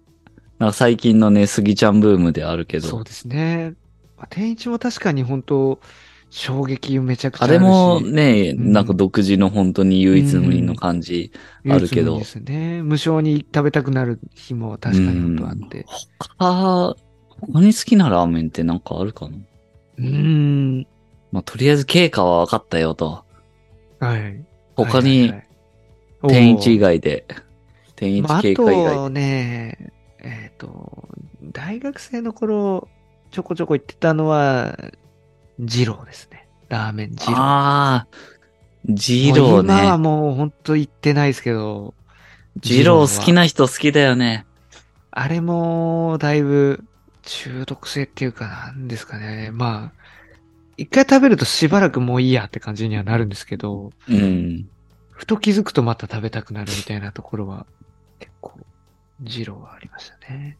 A: なんか最近のね、スギちゃんブームであるけ
B: そう
A: ど、
B: ですね。まあ天一も確かに本当、衝撃めちゃくち
A: あ
B: ゃある
A: れ
B: し。
A: もね、
B: うん
A: なんか独自の本当に唯一無二の感じ。あるけど
B: 唯一無二ですね。無償に食べたくなる日も確かに本当あって。
A: 他、他に好きなラーメンってなんかあるかな
B: うーん。
A: まあ、とりあえず経過は分かったよと。
B: はい。
A: 他
B: はい
A: に
B: はい、はい
A: 天一以
B: お
A: 外で、天
B: ー
A: 一
B: まああ
A: 経過以外
B: とね、えっ、と、大学生の頃、ちょこちょこ行ってたのは、二郎ですね。ラーメン二郎。
A: ああ、ジロー
B: もう今は
A: ね。
B: もう本当行ってないですけど、
A: ジロ
B: 二
A: ー好き
B: は。
A: な人好きだよね。
B: あれも、だいぶ、中毒性っていうかなんですかね。まあ、一回食べるとしばらくもういいやって感じにはなるんですけど、
A: うん。
B: ふと気づくとまた食べたくなるみたいなところは、結構、二郎はありましたね。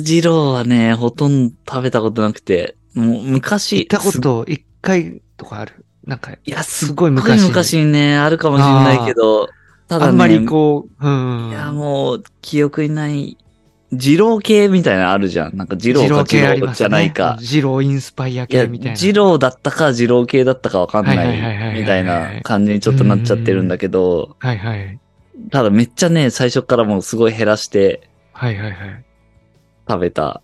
A: ジローはね、ほとんど食べたことなくて、もう昔、
B: 行ったこ
A: す
B: と一回とかある。なんか、
A: いや、す
B: す
A: っ
B: ごい
A: ごい
B: 昔に。
A: 昔にね、あるかもしれないけど、ただね、
B: あんまりこう、うんうん。
A: いや、もう、記憶にない、二郎系みたいなのあるじゃん。なんか二郎か二
B: 系あり
A: 郎
B: ます
A: じ
B: ね
A: ゃないか。
B: 二郎インスパイア
A: いや、
B: 系みたいな。
A: 二郎だったか二郎系だったかわかん
B: はいはいはいはいはい
A: な
B: はい
A: いみたいな感じにちょっとなっちゃってるんだけど、
B: はいはい。
A: ただめっちゃね、最初からもうすごい減らして
B: はいはいはい。
A: 食べた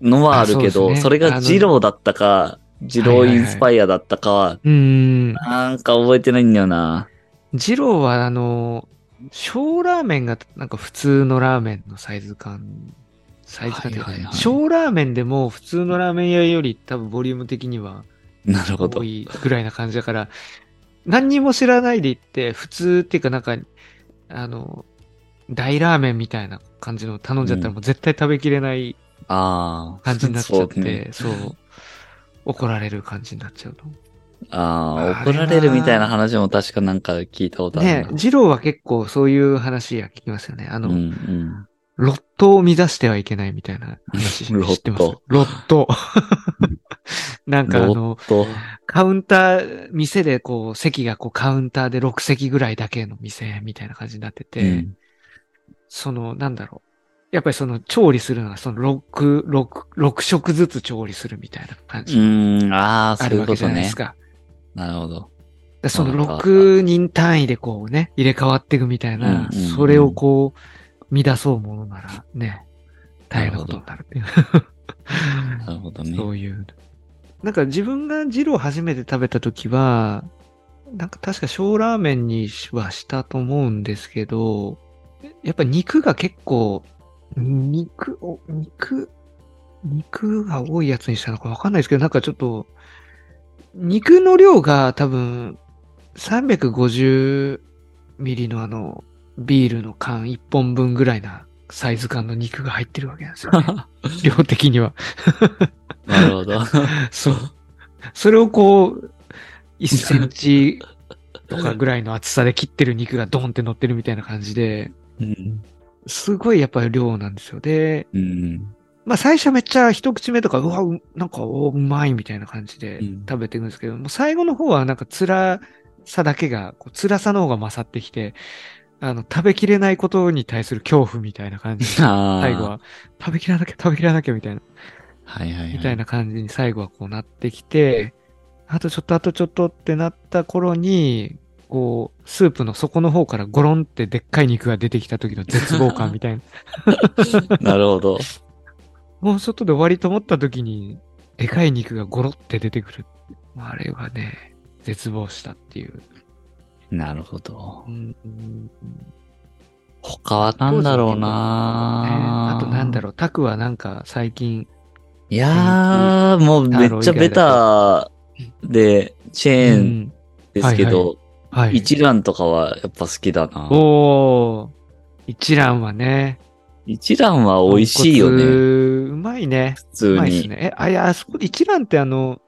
A: のはあるけ
B: あそ
A: ど、そ
B: うですね
A: れ
B: あ
A: が
B: の
A: 二郎だったか、二郎インスパイアだったかは、
B: うーん。
A: なんか覚えてないんだよな。
B: 二郎はあの、小ラーメンがなんか普通のラーメンのサイズ感、サイズ感っていうか
A: はいはいはい
B: 小ラーメンでも普通のラーメン屋より多分ボリューム的には
A: なるほど
B: 多。いぐらいな感じだから、何にも知らないで行って、普通っていうかなんか、あの、大ラーメンみたいな感じの頼んじゃったら
A: うん
B: もう絶対食べきれない
A: ああ。
B: 感じになっちゃって、
A: そうね
B: そう怒られる感じになっちゃう
A: ああ、
B: あ
A: 怒
B: れは
A: られるみたいな話も確かなんか聞いたこと
B: の。
A: ある
B: ね
A: な。
B: 二郎は結構そういう話は聞きますよね。あ
A: う
B: の、
A: んうん。
B: ロットを乱してはいけないみたいな話 知
A: ロット
B: ってます。ロッ ト。なんかあの、
A: と、
B: カウンター、店でこう、席がこう、カウンターで6席ぐらいだけの店みたいな感じになってて、
A: うん
B: その、なんだろう。やっぱりその、調理するのは、その、6、六六食ずつ調理するみたいな感
A: う
B: じ。
A: ーん、ああ、
B: あ
A: そう
B: る
A: いう
B: わ
A: こ
B: けじ
A: と
B: ゃないで
A: ね
B: す。か。
A: なるほど。
B: でそ
A: あ
B: の
A: ったあった
B: 6人単位でこうね、入れ替わっていくみたいな、
A: うんうんうん
B: それをこう、乱そうものならね、大変なことになるっていう。
A: なるほど
B: そ
A: ね。
B: ういう。なんか自分がジロー初めて食べた時は、なんか確か小ラーメンにはしたと思うんですけど、やっぱ肉が結構、肉を、肉、肉が多いやつにしたのかわかんないですけど、なんかちょっと、肉の量が多分、350ミリのあの、ビールの缶1本分ぐらいなサイズ感の肉が入ってるわけなんですよ、ね。量的には。
A: なるほ ど。
B: そう。それをこう、1センチとかぐらいの厚さで切ってる肉がドンって乗ってるみたいな感じで、
A: うん。
B: すごいやっぱり量なんですよ。で、
A: うん。
B: まあ最初めっちゃ一口目とか、うわ、うなんかおうまいみたいな感じで
A: うん、
B: 食べていくんですけど、もう最後の方はなんか辛さだけが、こう辛さの方が勝ってきて、あの、食べきれないことに対する恐怖みたいな感じで
A: ああ。
B: 最後。は食べきらなきゃ、食べきらなきゃみたいな。
A: はいはいはい。
B: みたいな感じに最後はこうなってきて、あとちょっとあとちょっとってなった頃に、こう、スープの底の方からゴロンってでっかい肉が出てきた時の絶望感み たいな。
A: なるほど。
B: もうちょっとで終わりと思った時に、でかい肉がゴロって出てくる。まああれはね、絶望したっていう。
A: なるほど
B: う。んうん
A: 他は何だろうな
B: あとなんだ
A: ろ
B: ろう、タクはなんか最近、
A: う。いやー、もうめっちゃベタで、チ
B: う
A: ェーン
B: ん
A: ですけ
B: うん
A: ど、
B: はい。
A: 一蘭とかはやっぱ好きだな。
B: おー、一蘭はね、
A: 一蘭は美味しいよ
B: 豚骨
A: ね。
B: うまいね。
A: 普通
B: うまいっす
A: に。
B: ね。え、あ、いや、あそこ、一蘭ってあの、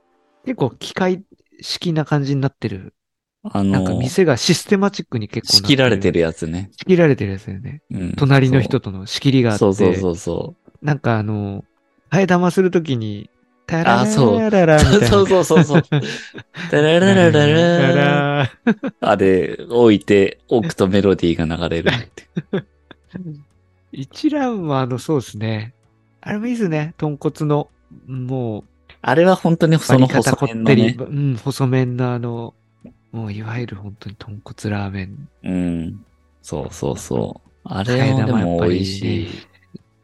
B: 結構機械式な感じになってる。
A: あ
B: なんか
A: の、仕
B: 店がシステマチックに結構
A: 切られて
B: る。
A: るやつね。
B: 仕切られてるやつだよね。
A: うん
B: 隣の人との仕切りがあって。
A: そうそうそうそう。
B: なんかあの、替え玉するときに、タララ
A: あそう
B: ラララみたいな。
A: そうそうそう そう。タララララララ
B: ラ
A: あれ、置いて、置くとメロディーが流れるって。
B: 一蘭はあの、そうですね。あれもいいですね。豚骨の、もう、
A: あれは本当にその細
B: こ
A: 麺
B: っ
A: の
B: てり、
A: ね。
B: うん、細麺のあの、もういわゆる本当に豚骨ラーメン
A: うん。そうそうそう。あ
B: 替え
A: れもで
B: 玉やっ
A: も
B: ぱりね
A: 美味しい。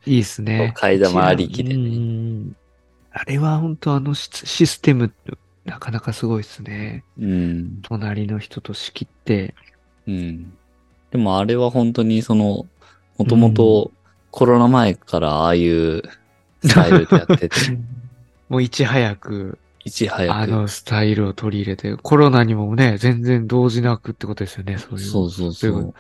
B: いいっすね。
A: そう替え玉ありきでね
B: ね。あれは本当あのシスシステム、なかなかすごいっすね。
A: うん。
B: 隣の人と仕切って。
A: うん。でもあれは本当にその、もともとコロナ 前からああいうスタイルでやってて。
B: もういち早く
A: いち早く。
B: あのスタイルを取り入れて、コロナにもね、全然動じなくってことですよね、そういう。
A: そうそうそ
B: そういう
A: う。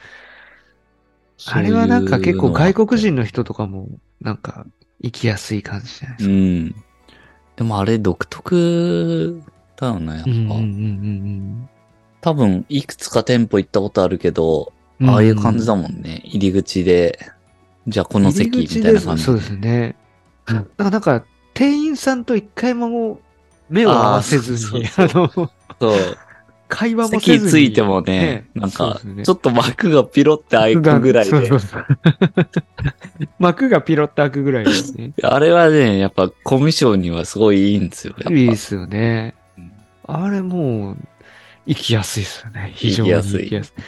B: あれはなんか結構外国
A: 人
B: 人の人とかも、なんか、行きやすい感じじゃないで
A: う
B: すか。
A: ん。でもあれ独特だよね、やっぱ。
B: うんうんうんうん
A: 多分、いくつか店舗行ったことあるけど、
B: うん。
A: ああいう感じだもんね。入り口で、じゃあこの席みたいな感じ。
B: 入り口でそうですね。
A: うん
B: なんか、なんか店員さんと一回も目を合わせずに、
A: あー
B: あ
A: そう
B: の、
A: そう。
B: 会話もせ
A: 席
B: ずに。
A: ついてもね、なんか、ちょ
B: っ
A: っと幕がピロって開くぐらいで。
B: 幕がピロッと開くぐらいですね。
A: あれはね、やっぱコミュ障にはすごいいいんですよ。やっぱ
B: いいですよね
A: うん。
B: あれもう、行きやすいですよね。非常に
A: 行きやすい
B: 行きやすい。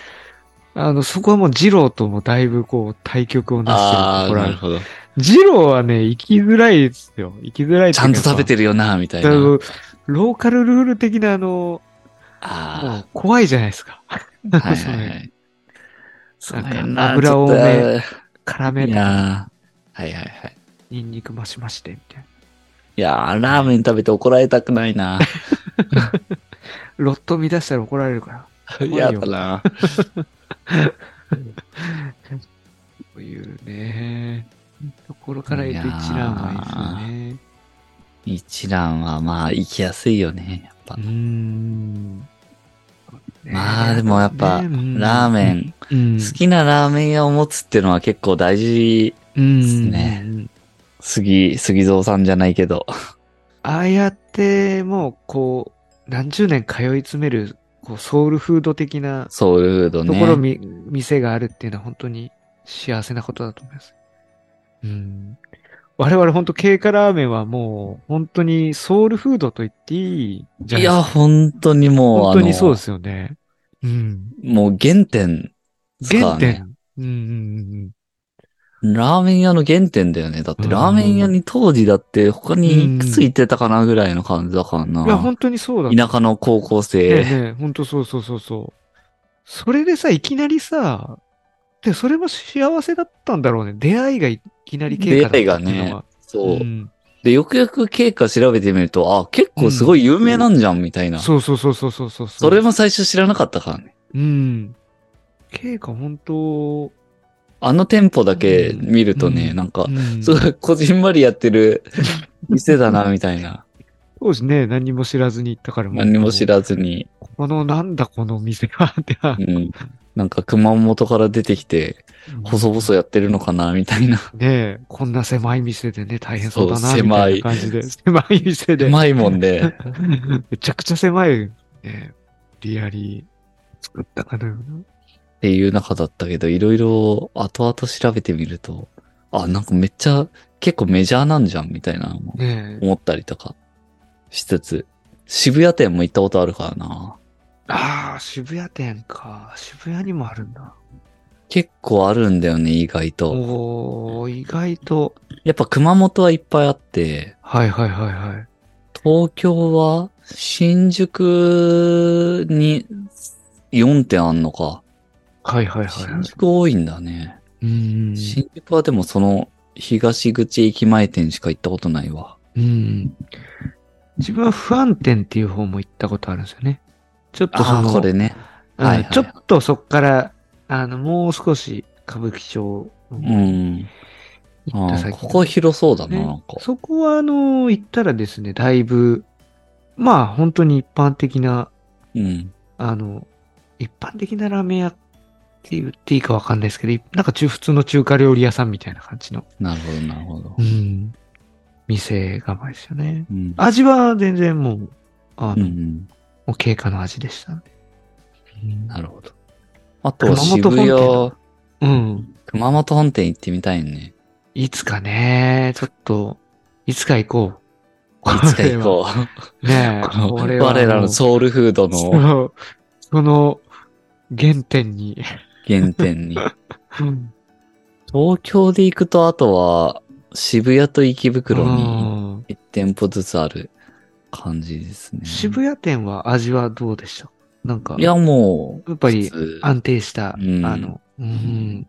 B: あの、そこはもう、二郎ともだいぶこう、対局をなしてる
A: あ
B: と
A: あ、
B: ころ
A: な
B: あ
A: る
B: る。
A: ほど。
B: 二郎はね、行きづらいですよ。行きづらい
A: ちゃんと食べて
B: る。
A: るよな、みたい
B: あ
A: な。
B: のローカルルール的なあの、も
A: あ
B: う怖いじゃないですか。
A: あ、はいはいはい。 そ
B: なん
A: の
B: か
A: 辺な
B: 油多め
A: ち
B: 辛
A: ょっと
B: め
A: いやーはいはいはい。
B: ニンニク増しまして、みたいな。
A: いやーラーメン食べて怒られたくない な。
B: ロット乱したら怒られるから。いよ
A: 嫌だな。
B: こういうね、ところから行く一覧はいいですよね。
A: 一蘭はまあ、行きやすいよね、やっぱ
B: うー。ん。
A: まあでもやっぱラーメン、
B: ン
A: 好きなラーメン屋を持つっていうのは結構大事。
B: です
A: ね。杉、杉蔵さんじゃないけど。
B: ああやって、もう、こう、何十年通い詰める、こう、ソウルフード的な
A: ソウルフード
B: と
A: ね。
B: ころ、み、店があるっていうのは本当に幸せなことだと思います。うん。我々本当、経過ラーメンはもう、本当にソウルフードと言っていいじゃ
A: い
B: ないですか。
A: や、本当にもう、。
B: 本当にそうですすよね。うん。
A: もう原点、
B: 原点。うんうんうんうん。
A: ラーメン屋の原点だよね。だって
B: うん
A: ラーメン屋に当時だって他にいくつ行ってたかなぐらいの感じだから
B: いや、
A: な。
B: 本当にそうだ
A: 田舎の高校
B: ねえ
A: 生。
B: ねえ、ほんとそうそうそうそう。それでさ、いきなりさ、で、それも幸せだったんだろうね。出会いがいきなり経過だったっていうのは。
A: 出会いがね
B: う。
A: そうんで、よくよく経過調べてみると、あ、結構すごい有名なんじゃん、みたいな。
B: そうそうそうそうそうそう。
A: それも最初知らなかったからね。
B: うん。経過本当
A: あの店舗だけ見るとね、
B: うん
A: なんか
B: う、ん
A: すごいこじんまりやってる店だな、みたいな。
B: 当時ね、何も知らずに行ったからもう
A: 何も知らずに。
B: この、なんだこの店は、ってな
A: うん。なんか熊本から出てきて、細々やってるのかな、みたいな。
B: ねえ、こんな狭い店でね、大変そうだ
A: そ
B: な、
A: う
B: み
A: 狭
B: た
A: い
B: いな感じで。狭い店で。
A: うまいもん で。
B: めちゃくちゃ狭い、ね、リアリー作ったかのような。
A: っていう中だったけど、いろいろ後々調べてみると、あ、なんかめっちゃ、結構メジャーなんじゃんみたいなのも
B: ねえ。
A: 思ったりとかしつつ、渋谷店も行ったことあるからな。
B: ああ、渋谷店か。渋谷にもあるんだ。
A: 結構あるんだよね、意外と。
B: おー、意外と。
A: やっぱ熊本はいっぱいあって、
B: はいはいはいはい。
A: 東京は新宿に4店あんのか。
B: はいはいはいはい
A: 新。宿多いんだね。
B: うーん。
A: 新宿はでもその東口駅前店しか行ったことないわ。
B: うん。自分は不安店っていう方も行ったことあるんですよね。ちょっとそ
A: ああ、
B: の、
A: これね。
B: うん
A: はいはい
B: ちょっとそっから、あの、もう少し歌舞伎町
A: う
B: に
A: ん。
B: 行った
A: あー
B: 先、
A: ここ広そうだな、
B: ね
A: なんか。
B: そこは、あの、行ったらですね、だいぶ、まあ、本当に一般的な、
A: うん。
B: あの、一般的なラーメン屋って言っていいかわかんないですけど、なんか中、普通の中華料理屋さんみたいな感じの、
A: なるほど、なるほど
B: う。ん、店構えですよね。
A: うん。
B: 味は全然もう、あ
A: うんう
B: の、
A: ん、
B: もう経過の味でしたね。
A: なるほど。あとは
B: 熊
A: 渋
B: 本
A: 谷
B: 本店、うん。
A: 熊本本店行ってみたいね。
B: いつかね、ちょっと、いつか行こう。
A: いつか行こ
B: う。 ね
A: う。
B: え、
A: この
B: これはもう
A: 我らのソウルフード
B: そ
A: の
B: の、その原点に。
A: 原点 に。東京で行くと、あとは渋谷と池袋に
B: うん
A: 1店舗ずつある感じですね。
B: 渋谷店は味はどうでしたなんか、
A: いや、もう、
B: やっぱり
A: 普通
B: 安定した、
A: うん
B: あの、うん。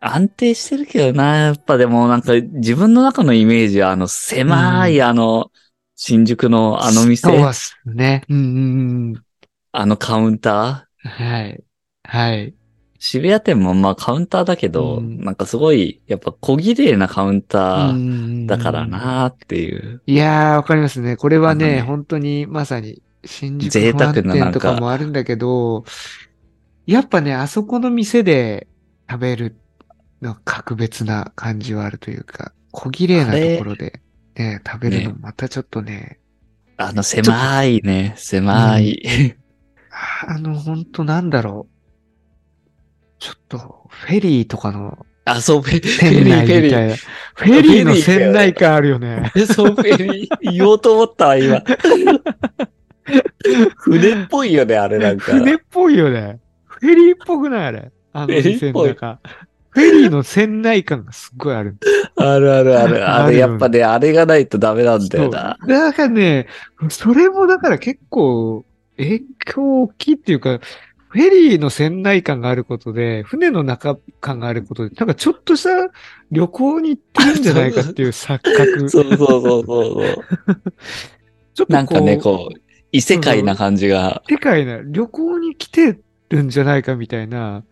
A: 安定してるけどな、やっぱでもなんか自分の中のイメージはあの狭いあの、新宿のあの店
B: そうっすね。うんうんうん。
A: あのカウンタ
B: はい。はい。
A: ー渋谷店もまあカウンターだけど、
B: うん
A: なんかすごい、やっぱ小綺麗なカウンタ
B: う
A: ー
B: んうんうん
A: だから。なーっていう。
B: いやー、わかりますね。これはね、
A: なんかね
B: 本当にまさに、新宿
A: 贅
B: 不
A: 沢
B: 安
A: なな
B: 店
A: んか
B: とかもあるんだけど、やっぱね、あそこの店で食べるの格別な感じはあるというか、小綺麗なところで、ね、食べるのまたちょっとね、
A: あの狭いね、狭い。
B: ああの、本当なんだろう。ちょっと、フェリーとかの
A: あ、そう、フェリー、
B: 船
A: フ
B: 内
A: ェ
B: み
A: リ
B: たい
A: ー。
B: な。フェリーの船内感あるよね。
A: え、そう、フェリー、言おうと思ったわ、 今。船っぽいよね、あれなんか。
B: 船っぽいよね。フェリーっぽくないあれ。あの
A: フェリー
B: 店
A: っぽ
B: の
A: い
B: 中。フェリーの船内感がすっごいある。
A: あるあるある。あ
B: ある
A: れ、
B: よ
A: やっぱね、あれがないとダメなんだ
B: そう
A: よな
B: だ。からね、それもだから結構影響大きいっていうか、フェリーの船内感があることで、船の中感があることで、なんかちょっとした旅行に行ってるんじゃないかっていう錯覚。
A: そうそうそうそう そう。
B: ちょっと
A: なんかね、こう、異世界な感じが。
B: 世界な旅行に来てるんじゃないかみたいな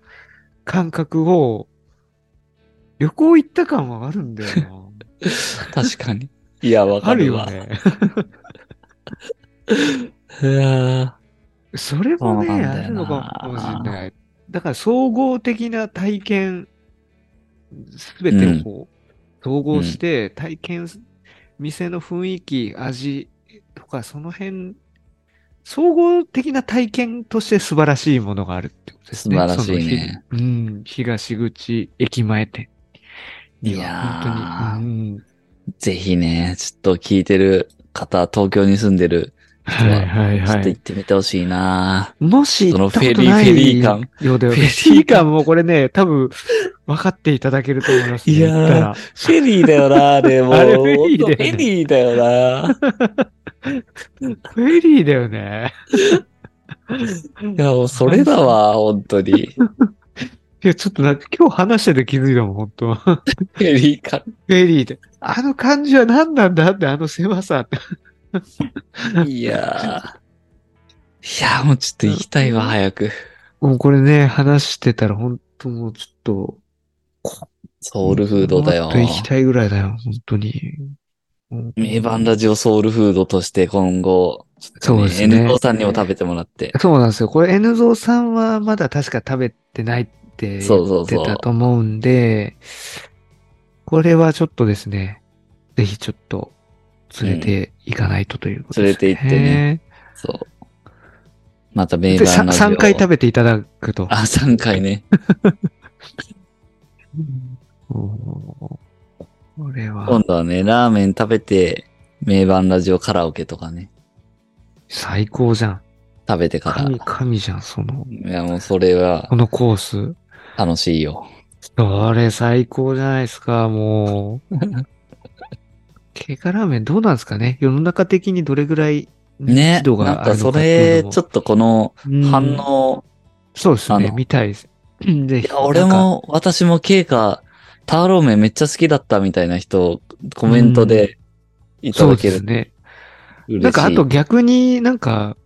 B: 感覚を、旅行行った感はあるんだ よ
A: 確かに。 いや、わ
B: な。あ
A: か
B: る
A: る
B: よ
A: わ。
B: ね。
A: いや
B: それもね、
A: そうなんだよな
B: あるのかもしれない。だから総合的な体験、すべてをこう、統合して、体験、店の雰囲気、味とか、その辺、総合的な体験として素晴らしいものがあるってことですね。
A: 素晴らしいね
B: その日々。うん、東口駅前店に
A: いやー
B: は、本当に。うん
A: ーぜひね、ちょっと聞いてる方、東京に住んでる、
B: はいはい
A: ちょっ
B: は
A: と
B: い
A: 行。ってみてほしい な、
B: もし
A: そ
B: 行
A: の
B: った
A: フ
B: こ
A: ェ
B: と
A: リー
B: ない
A: フェリー感
B: ようだよ。
A: フ
B: フ
A: ェ
B: ェ
A: リー感
B: リー感もこれね、多分分かっていただけると思います、ね。
A: いやー
B: 言ったら
A: フェリーだよなー、でも。
B: あれフェリーだよね
A: ほんとフェリーだよなー。
B: フェリーだよ ね。
A: いや、もうそれだわ、本当に。
B: いや、ちょっとな、今日話してて気づいたもん、本当フ
A: フェリー感。
B: ェリーで。あの感じは何なんだって、あの狭さ。
A: いやー。いやー、もうちょっと行きたいわ、早く。
B: もうこれね、話してたら本当もうちょっと。
A: ソウルフードだ
B: も
A: よ
B: っと。行きたいぐらいだよ、本当に。うん
A: 名盤ラジオソウルフードとして今後、
B: そうですね
A: N ゾさんにも食べてもらって。
B: そうなんですよ。これ N ゾウさんはまだ確か食べてないって
A: そう
B: 言
A: そ
B: っ
A: う
B: て
A: そう
B: たと思うんで、これはちょっとですね、ぜひちょっと連れて行かないとということですね。
A: 連れて行ってね。そう。また名
B: で、さ
A: 盤ラジオ。
B: 3回食べていただくと。
A: あ、3回ね。
B: おーこれは
A: 今度はね、ラーメン食べて、名盤ラジオカラオケとかね、
B: 最高じゃん。
A: 食べてから。
B: 神、神じゃん、その、
A: いや、もうそれは
B: このコース。
A: 楽しいよ。
B: それ最高じゃないですか、も う。ケーカラーメンどうなんですかね世の中的にどれぐらい認
A: ね
B: 知。度
A: な
B: が
A: ん
B: ある
A: か
B: のか
A: そ
B: っていう
A: れ、
B: のも
A: ちょっとこの
B: うん
A: 反応、
B: そうです
A: あ
B: ね、
A: の
B: 見たいです。うんぜ
A: い
B: ひ
A: や、俺、も、私もケイカ、ターローメンめっちゃ好きだったみたいな人、コメントでいた
B: そう
A: だけ
B: です
A: る。
B: ね。
A: 嬉しい
B: なんかあと、逆になんか、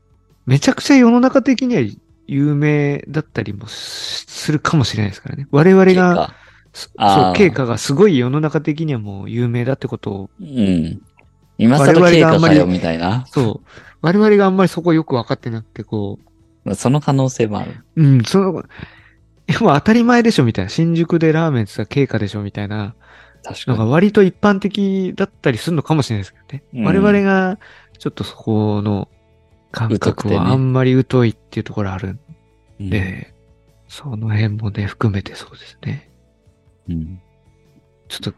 B: めちゃくちゃ世の中的には有名だったりもしするかもしれないですからね。我々
A: ケイ
B: が、
A: カ
B: そ
A: あ
B: そ
A: ー
B: う、経過がすごい世の中的にはもう有名だってことを、
A: うん。今更
B: 我
A: ケイ
B: 々が
A: カ
B: あんま
A: か
B: り
A: よみたいな。
B: そう、我々があんまりそこよくわかってなくて、こう、
A: その可能性もある。
B: うん、その、いやもう当たり前でしょみたいな。新宿でラーメンってさ、経過でしょみたいな。
A: 確
B: なん
A: か
B: か
A: に。
B: 割と一般的だったりするのかもしれないですけどね。
A: うん
B: 我々が、ちょっとそこの感
A: 疎くて
B: 覚
A: ね
B: はあんまり疎いっていうところあるん
A: うん
B: で、その辺もね、含めてそうですね。
A: うん
B: ちょっ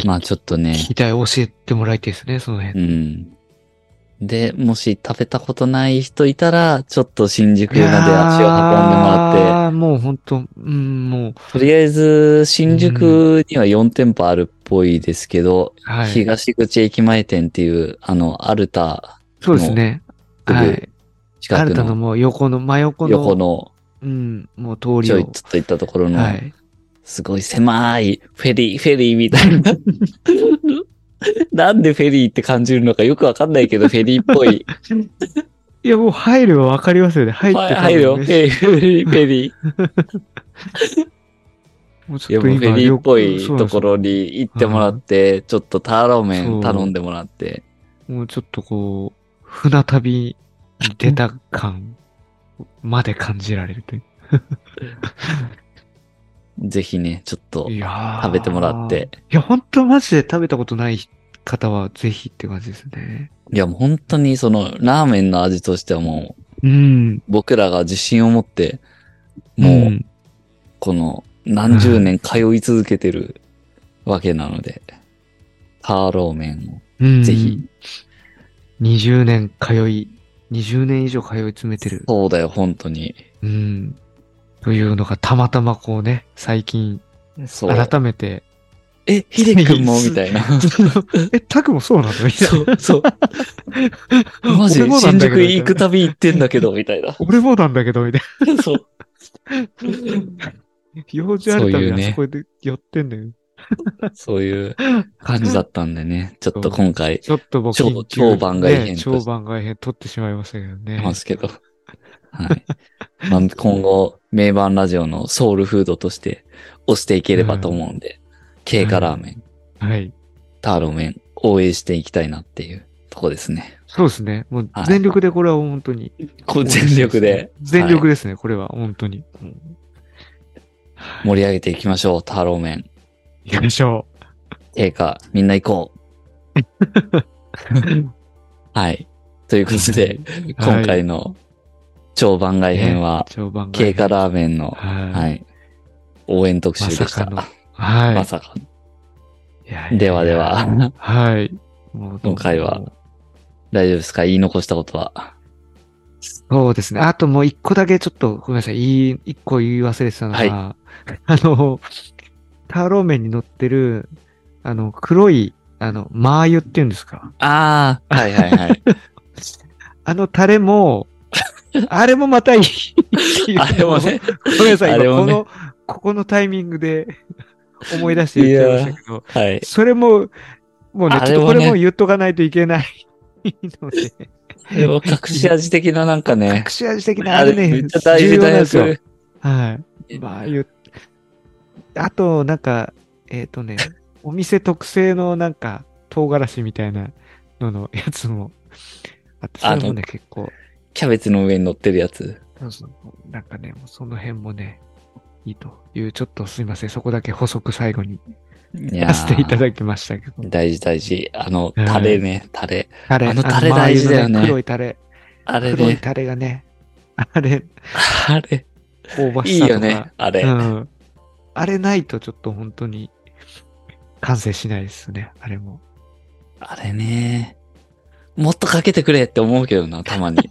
B: と
A: まあちょっとね。
B: 聞きたい、教えてもらいたいですね、その
A: う
B: 辺。
A: ん。で、もし食べたことない人いたら、ちょっと新宿まで足を運んでもらっ
B: って。もう本当うん、もう、
A: て、とりあえず、新宿には4店舗あるっぽいですけど、
B: はい。
A: 東口駅前店っていう、あの、アルタ
B: そうですね。
A: の
B: は
A: す
B: い。
A: 近
B: 新
A: く
B: たの
A: の
B: もう横の、真横の、
A: 横の
B: うん、もう通り
A: ちょ
B: を
A: いちょっと行ったところの、
B: はい。
A: すごい狭いフェリー、フェリーみたいななんでフェリーって感じるのかよくわかんないけど、フェリーっぽい。
B: いや、もう入るはわかりますよね。入って
A: はい
B: た
A: 入る よ。フェリー、フェリー、フェリー。
B: もうち
A: いや、
B: ょっ
A: も
B: と
A: うフ
B: 今
A: ェリーっぽ
B: 旅
A: い
B: 行そうな
A: と
B: んです
A: こ
B: よ
A: ろに行ってもらって、ちょっとターローメン頼んでもらって。
B: もうちょっとこう、船旅に出た感まで感じられるという。
A: ぜひね、ちょっと
B: いやー
A: 食べてもらって。。
B: いや、本当マジで食べたことない方はぜひって感じですね。
A: いや、もう本当にその、ラーメンの味としてはもう、
B: うん。
A: 僕らが自信を持って、
B: う
A: もう、
B: ん
A: この、何十年通い続けてるわけなので、ターローメン
B: うん、
A: を、ぜひ。
B: 20年通い、20年以上通い詰めてる。
A: そうだよ、本当に。
B: うん。というのがたまたまこうね、最近、
A: そう。
B: 改めて。
A: え、ヒデ君もみたいな。
B: え、タクもそうなのみたい
A: そ
B: な。
A: う、そう。 マジ
B: 俺もなん
A: 新
B: だけど
A: 宿行くたび行ってんだけど、みたいな。
B: 俺もなんだけど、みたい
A: そう。
B: な。用事あるた
A: そうい
B: め
A: う
B: に
A: ね
B: あそこで寄ってんだよ。
A: そういう感じだったんでね。ちょっと今回、
B: ちょっと僕、
A: 超
B: 緊急
A: 超番外編
B: ね
A: として
B: 超番外編撮ってしまいましたけどね。
A: ますけど。はい。まあ、今後、名盤ラジオのソウルフードとして押していければと思うんで、経過ラーメン、
B: はい。
A: ターローメン、応援していきたいなっていうとこですね。
B: そうですね。もう
A: はい
B: 全力でこれは本当に。
A: こう全力で
B: 全力ですね、これは本当に。はい
A: 盛り上げていきましょう。ターローメン、
B: 行きましょ
A: 経過、みんな行こ う。はい。ということで、
B: う。
A: 今
B: はい
A: 回の超番外編は、
B: 超番外
A: 経
B: 編。
A: 過ラーメンの、
B: は。
A: はいい、応援特集でした。
B: まさはい。
A: まさか。
B: いやいやいや
A: ではで。は。
B: はい。もう
A: 今回は。大丈夫ですか言い残したことは。
B: そうですね。あともう一個だけちょっと、ごめんなさい。いい、一個言い忘れてたのが、
A: はい
B: あの、ターロー麺に乗ってる、あの、黒い、あの、マー油っていうんですか。
A: ああ、はいはい はい。
B: あのタレ も、あれもまたいい。
A: あれも。ね、
B: ごめんなさい。
A: あれ
B: 今こ
A: もね
B: の、ここのタイミングで 思い出して言っちゃいましたけど、
A: はい。
B: それも、もうね、
A: あ
B: ち
A: れ
B: ょっと
A: もね
B: これも言っとかないといけないので、
A: でも隠し味的ななんかね
B: 隠、し味的な
A: あ
B: あれ
A: れ
B: ね
A: めっちゃ、大事
B: 重要
A: な
B: なん
A: や
B: ですよ
A: つ。。
B: はい。まあ、言う。あと、なんか、えっ、とね、お店特製のなんか、唐辛子みたいなののやつも、あと、それもね、結構、
A: キャベツの上に乗ってるやつ。
B: そうそうなんかね、もうその辺もね、いいという、ちょっとすいません、そこだけ補足最後に
A: いや
B: させていた
A: ー
B: だきましたけど。
A: 大事大事。あの、
B: うん
A: タレね、タレ。
B: タレ、
A: あのタレ大事だよね
B: あの黒いタレ、
A: あれ
B: 黒い
A: ね、
B: タレがね、あれ、
A: あれ、
B: 香ば
A: い
B: し
A: い
B: さとか。
A: よね、あれ。
B: うん。あれないとちょっと本当に完成しないですね、あれも。
A: あれね。もっとかけてくれって思うけどな、たまに。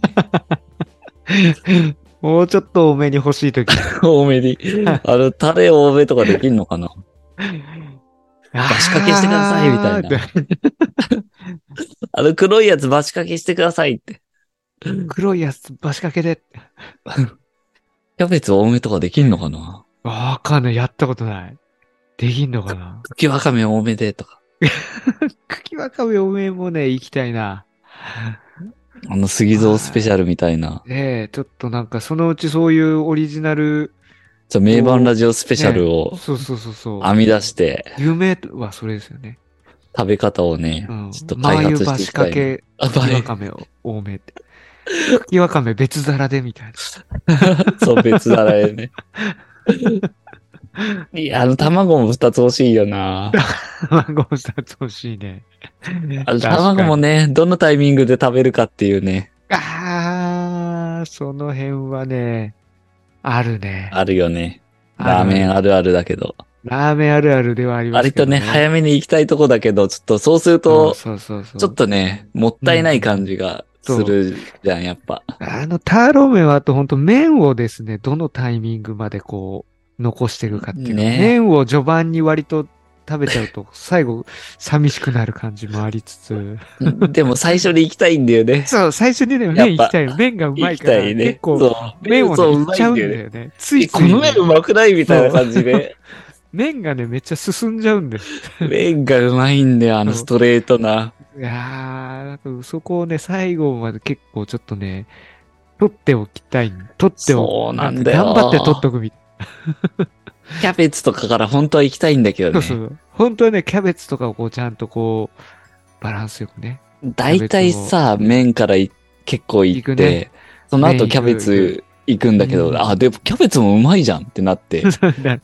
B: もうちょっと多めに欲しいとき。
A: 多め に。あの、タレ多めとかできんのかな
B: バ
A: シかけしてくださいみたいなあの黒いやつバシかけしてくださいって。
B: 黒いやつ、バシかけで。
A: キャベツ多めとかできんのかな
B: わかんない。やったことない。できんのかな
A: 茎わかめ多めでとか。
B: 茎わかめおめえもね、行きたいな。
A: あの、杉蔵スペシャルみたいな。
B: ねえ、ちょっとなんか、そのうちそういうオリジナル、
A: じゃあ名盤ラジオスペシャルを
B: そうそうそうそう。
A: 編み出して、
B: 夢はそれですよね。
A: 食べ方をね
B: うん。、
A: ちょっと開発していきたいな。あ、
B: マー油バシかけ、茎わ
A: ば
B: かめを多めって。茎わかめ別皿でみたい
A: い。そう、別だらえ ね。いや、あの、卵も二つ欲しいよな。
B: な。卵二つ欲しいね。
A: あの、卵も
B: ね。
A: ね、どのタイミングで食べるかっていうね、
B: あー、その辺はね、あるね。
A: あるよね。ラーメン
B: ある。
A: あるあるだけど。
B: ラーメンあるあるではあります
A: 割
B: け
A: と
B: ど、
A: ね、早めに行きたいとこだけど、ちょっとそうする
B: うん
A: と、
B: そうそうそう。
A: ちょっとね、もったいない感じがするじゃん、やっぱ。
B: あの、ターローメンはあと本当麺をですね、どのタイミングまでこう、残してるかっていうか、
A: ね
B: 麺を序盤に割と食べちゃうと、 最後、寂しくなる感じもあり つつ、
A: でも最初に行きたいんだよね。
B: そう、最初にね、
A: や
B: 麺
A: っ
B: 行
A: ぱ
B: きたいの。麺がうま
A: 行
B: い
A: き
B: か
A: た
B: ら、
A: いね。
B: 結構、
A: そう
B: 麺をね、
A: そう、う
B: 行っ
A: ま
B: ちゃ
A: い
B: うんん
A: だよ
B: だ
A: ね。
B: よね。ついつい
A: この
B: ね、
A: 麺うまくないみたいな感じで。
B: 麺がね、めっちゃ進んじゃうんです。
A: 麺がうまいんだよ、あの
B: そう
A: ストレートな。
B: いやー、なんかそこをね、最後まで結構ちょっとね、取っておきたい。取ってお
A: そうなんだよ。
B: 頑張って取っとくみたい
A: キャベツとかから本当は行きたいんだけど
B: な。
A: ね。
B: そうそう。本当はね、キャベツとかをこう、ちゃんとこう、バランスよくね。
A: 大体さ、麺からい結構行
B: 行
A: っ
B: くね
A: て、その
B: 麺行
A: 後
B: く
A: キャベツ行くんだけ
B: うん
A: ど、あ、でもキャベツもうまいじゃんってな って。
B: な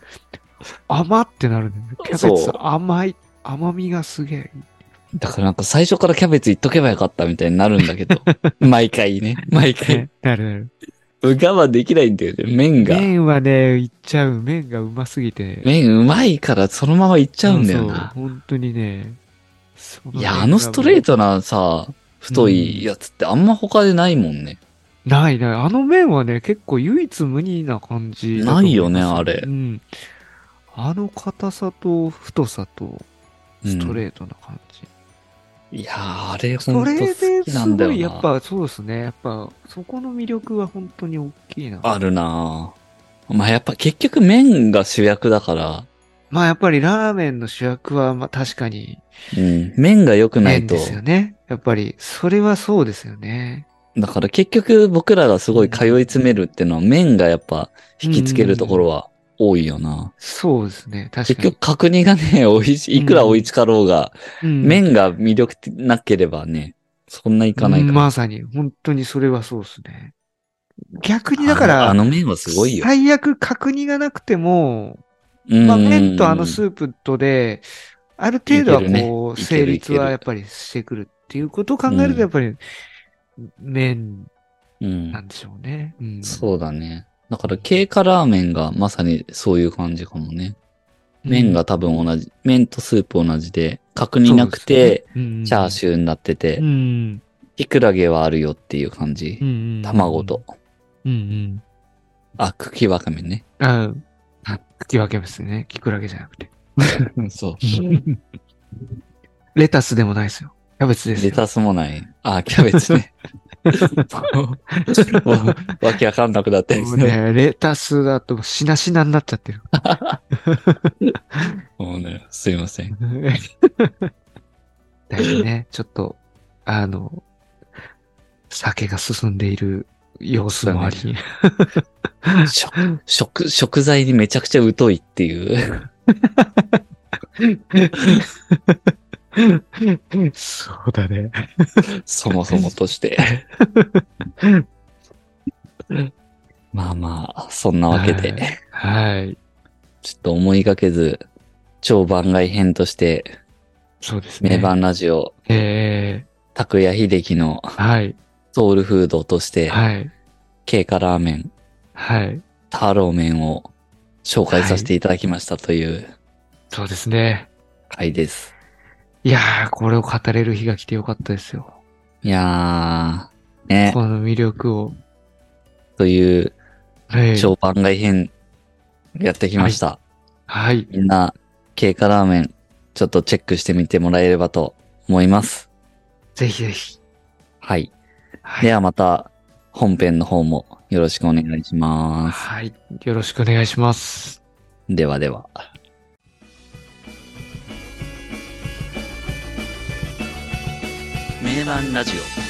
B: 甘ってなるんだよね。キャベツ
A: そう
B: 甘い、甘みがすげえ。
A: だからなんか最初からキャベツ行っとけばよかったみたいになるんだけ ど。毎回ね。毎回。
B: ねなるなる。
A: 我慢できないんだよね。麺が。
B: 麺はね、いっちゃう。麺がうますぎて。っ
A: 麺うまいからそのまま行っちゃうんだよな。
B: 本当にね。そ
A: いや、あのストレー。トなさ、太いやつってあんま他でないもんね。
B: ないない。あの麺はね、結構唯一無二な感じだと思ます。
A: ないよねあれ
B: うん。あの硬さと太さとストレートな感じ。
A: いやー、あれほ
B: そ
A: ん
B: れ
A: と好き
B: で
A: なん
B: す
A: だよな。
B: ごい、やっぱそうですね。やっぱ、そこの魅力は本当に大きいな。
A: あるなぁ。まあやっぱ結局麺が主役だから、
B: まあやっぱりラーメンの主役は、まあ確かに
A: うん、麺が良くない
B: 麺
A: と
B: で。すよね。やっぱり、それはそうですよね。
A: だから結局僕らがすごい通い詰めるってのは麺がやっぱ引きつけるところは多いよな。
B: そうですね。確
A: 結
B: かに
A: 局。角煮がね、 おいしい、いくら美味しかろうが、
B: うん
A: 麺が魅力的なければね、そんないかないから。
B: まさに、本当にそれはそうですね。逆にだか
A: あ
B: ら、
A: のあの麺はすごいよ。
B: 最悪角煮がなくても、
A: ま
B: まあ、麺とあのスープとで、ある程度はこう、
A: いけるねいけるい
B: 成立
A: ける
B: はやっぱりしてくるっていうことを考える
A: うん
B: と、やっぱり、麺
A: うん
B: なんでしょうね。うん。
A: そうだね。だから、経過ラーメンがまさにそういう感じかもね。麺が多分同じ、麺とスープ同じで、角煮なくて、、
B: うん
A: チャーシューになってて
B: う、ん。
A: きくらげはあるよっていう感じ
B: う。ん。
A: 卵と。
B: うんうん。
A: あ、茎わかめね。
B: あ茎分けですね。きくらげじゃなくて。
A: そう。
B: レタスでもないですよ。キャベツです
A: レ
B: よ。
A: タスもない。あ、キャベツね。もうわけわかんなくなって
B: もうね、レタスだとしなしなになっちゃってる。
A: もうね、すいません。
B: だいぶね、ちょっと、あの、酒が進んでいる様子もあり。
A: そう食、食、食材にめちゃくちゃ疎いっていう。
B: そうだね。
A: そもそもと して。まあまあ、そんなわけで、
B: ははい。
A: ちょっと思いがけず、超番外編として、
B: そうですね。
A: 名盤ラジオ、
B: え
A: 拓也秀樹の
B: ー、はい。
A: ソウルフードとして、
B: はい。
A: 経過ラーメン、
B: はい。
A: ターローメンを紹介させていただきましたという
B: そうですね。
A: 回です。
B: いやー、これを語れる日が来てよかったですよ。
A: いやー、ね、
B: この魅力を。
A: という
B: はい。
A: 超番外編やってきました。
B: はい。
A: みんな、経過ラーメン、ちょっとチェックしてみてもらえればと思います。
B: ぜひぜひ。
A: はい。
B: はい
A: ではまた、本編の方もよろしくお願いします。
B: はい。よろしくお願いします。
A: ではでは。名盤ラジオ。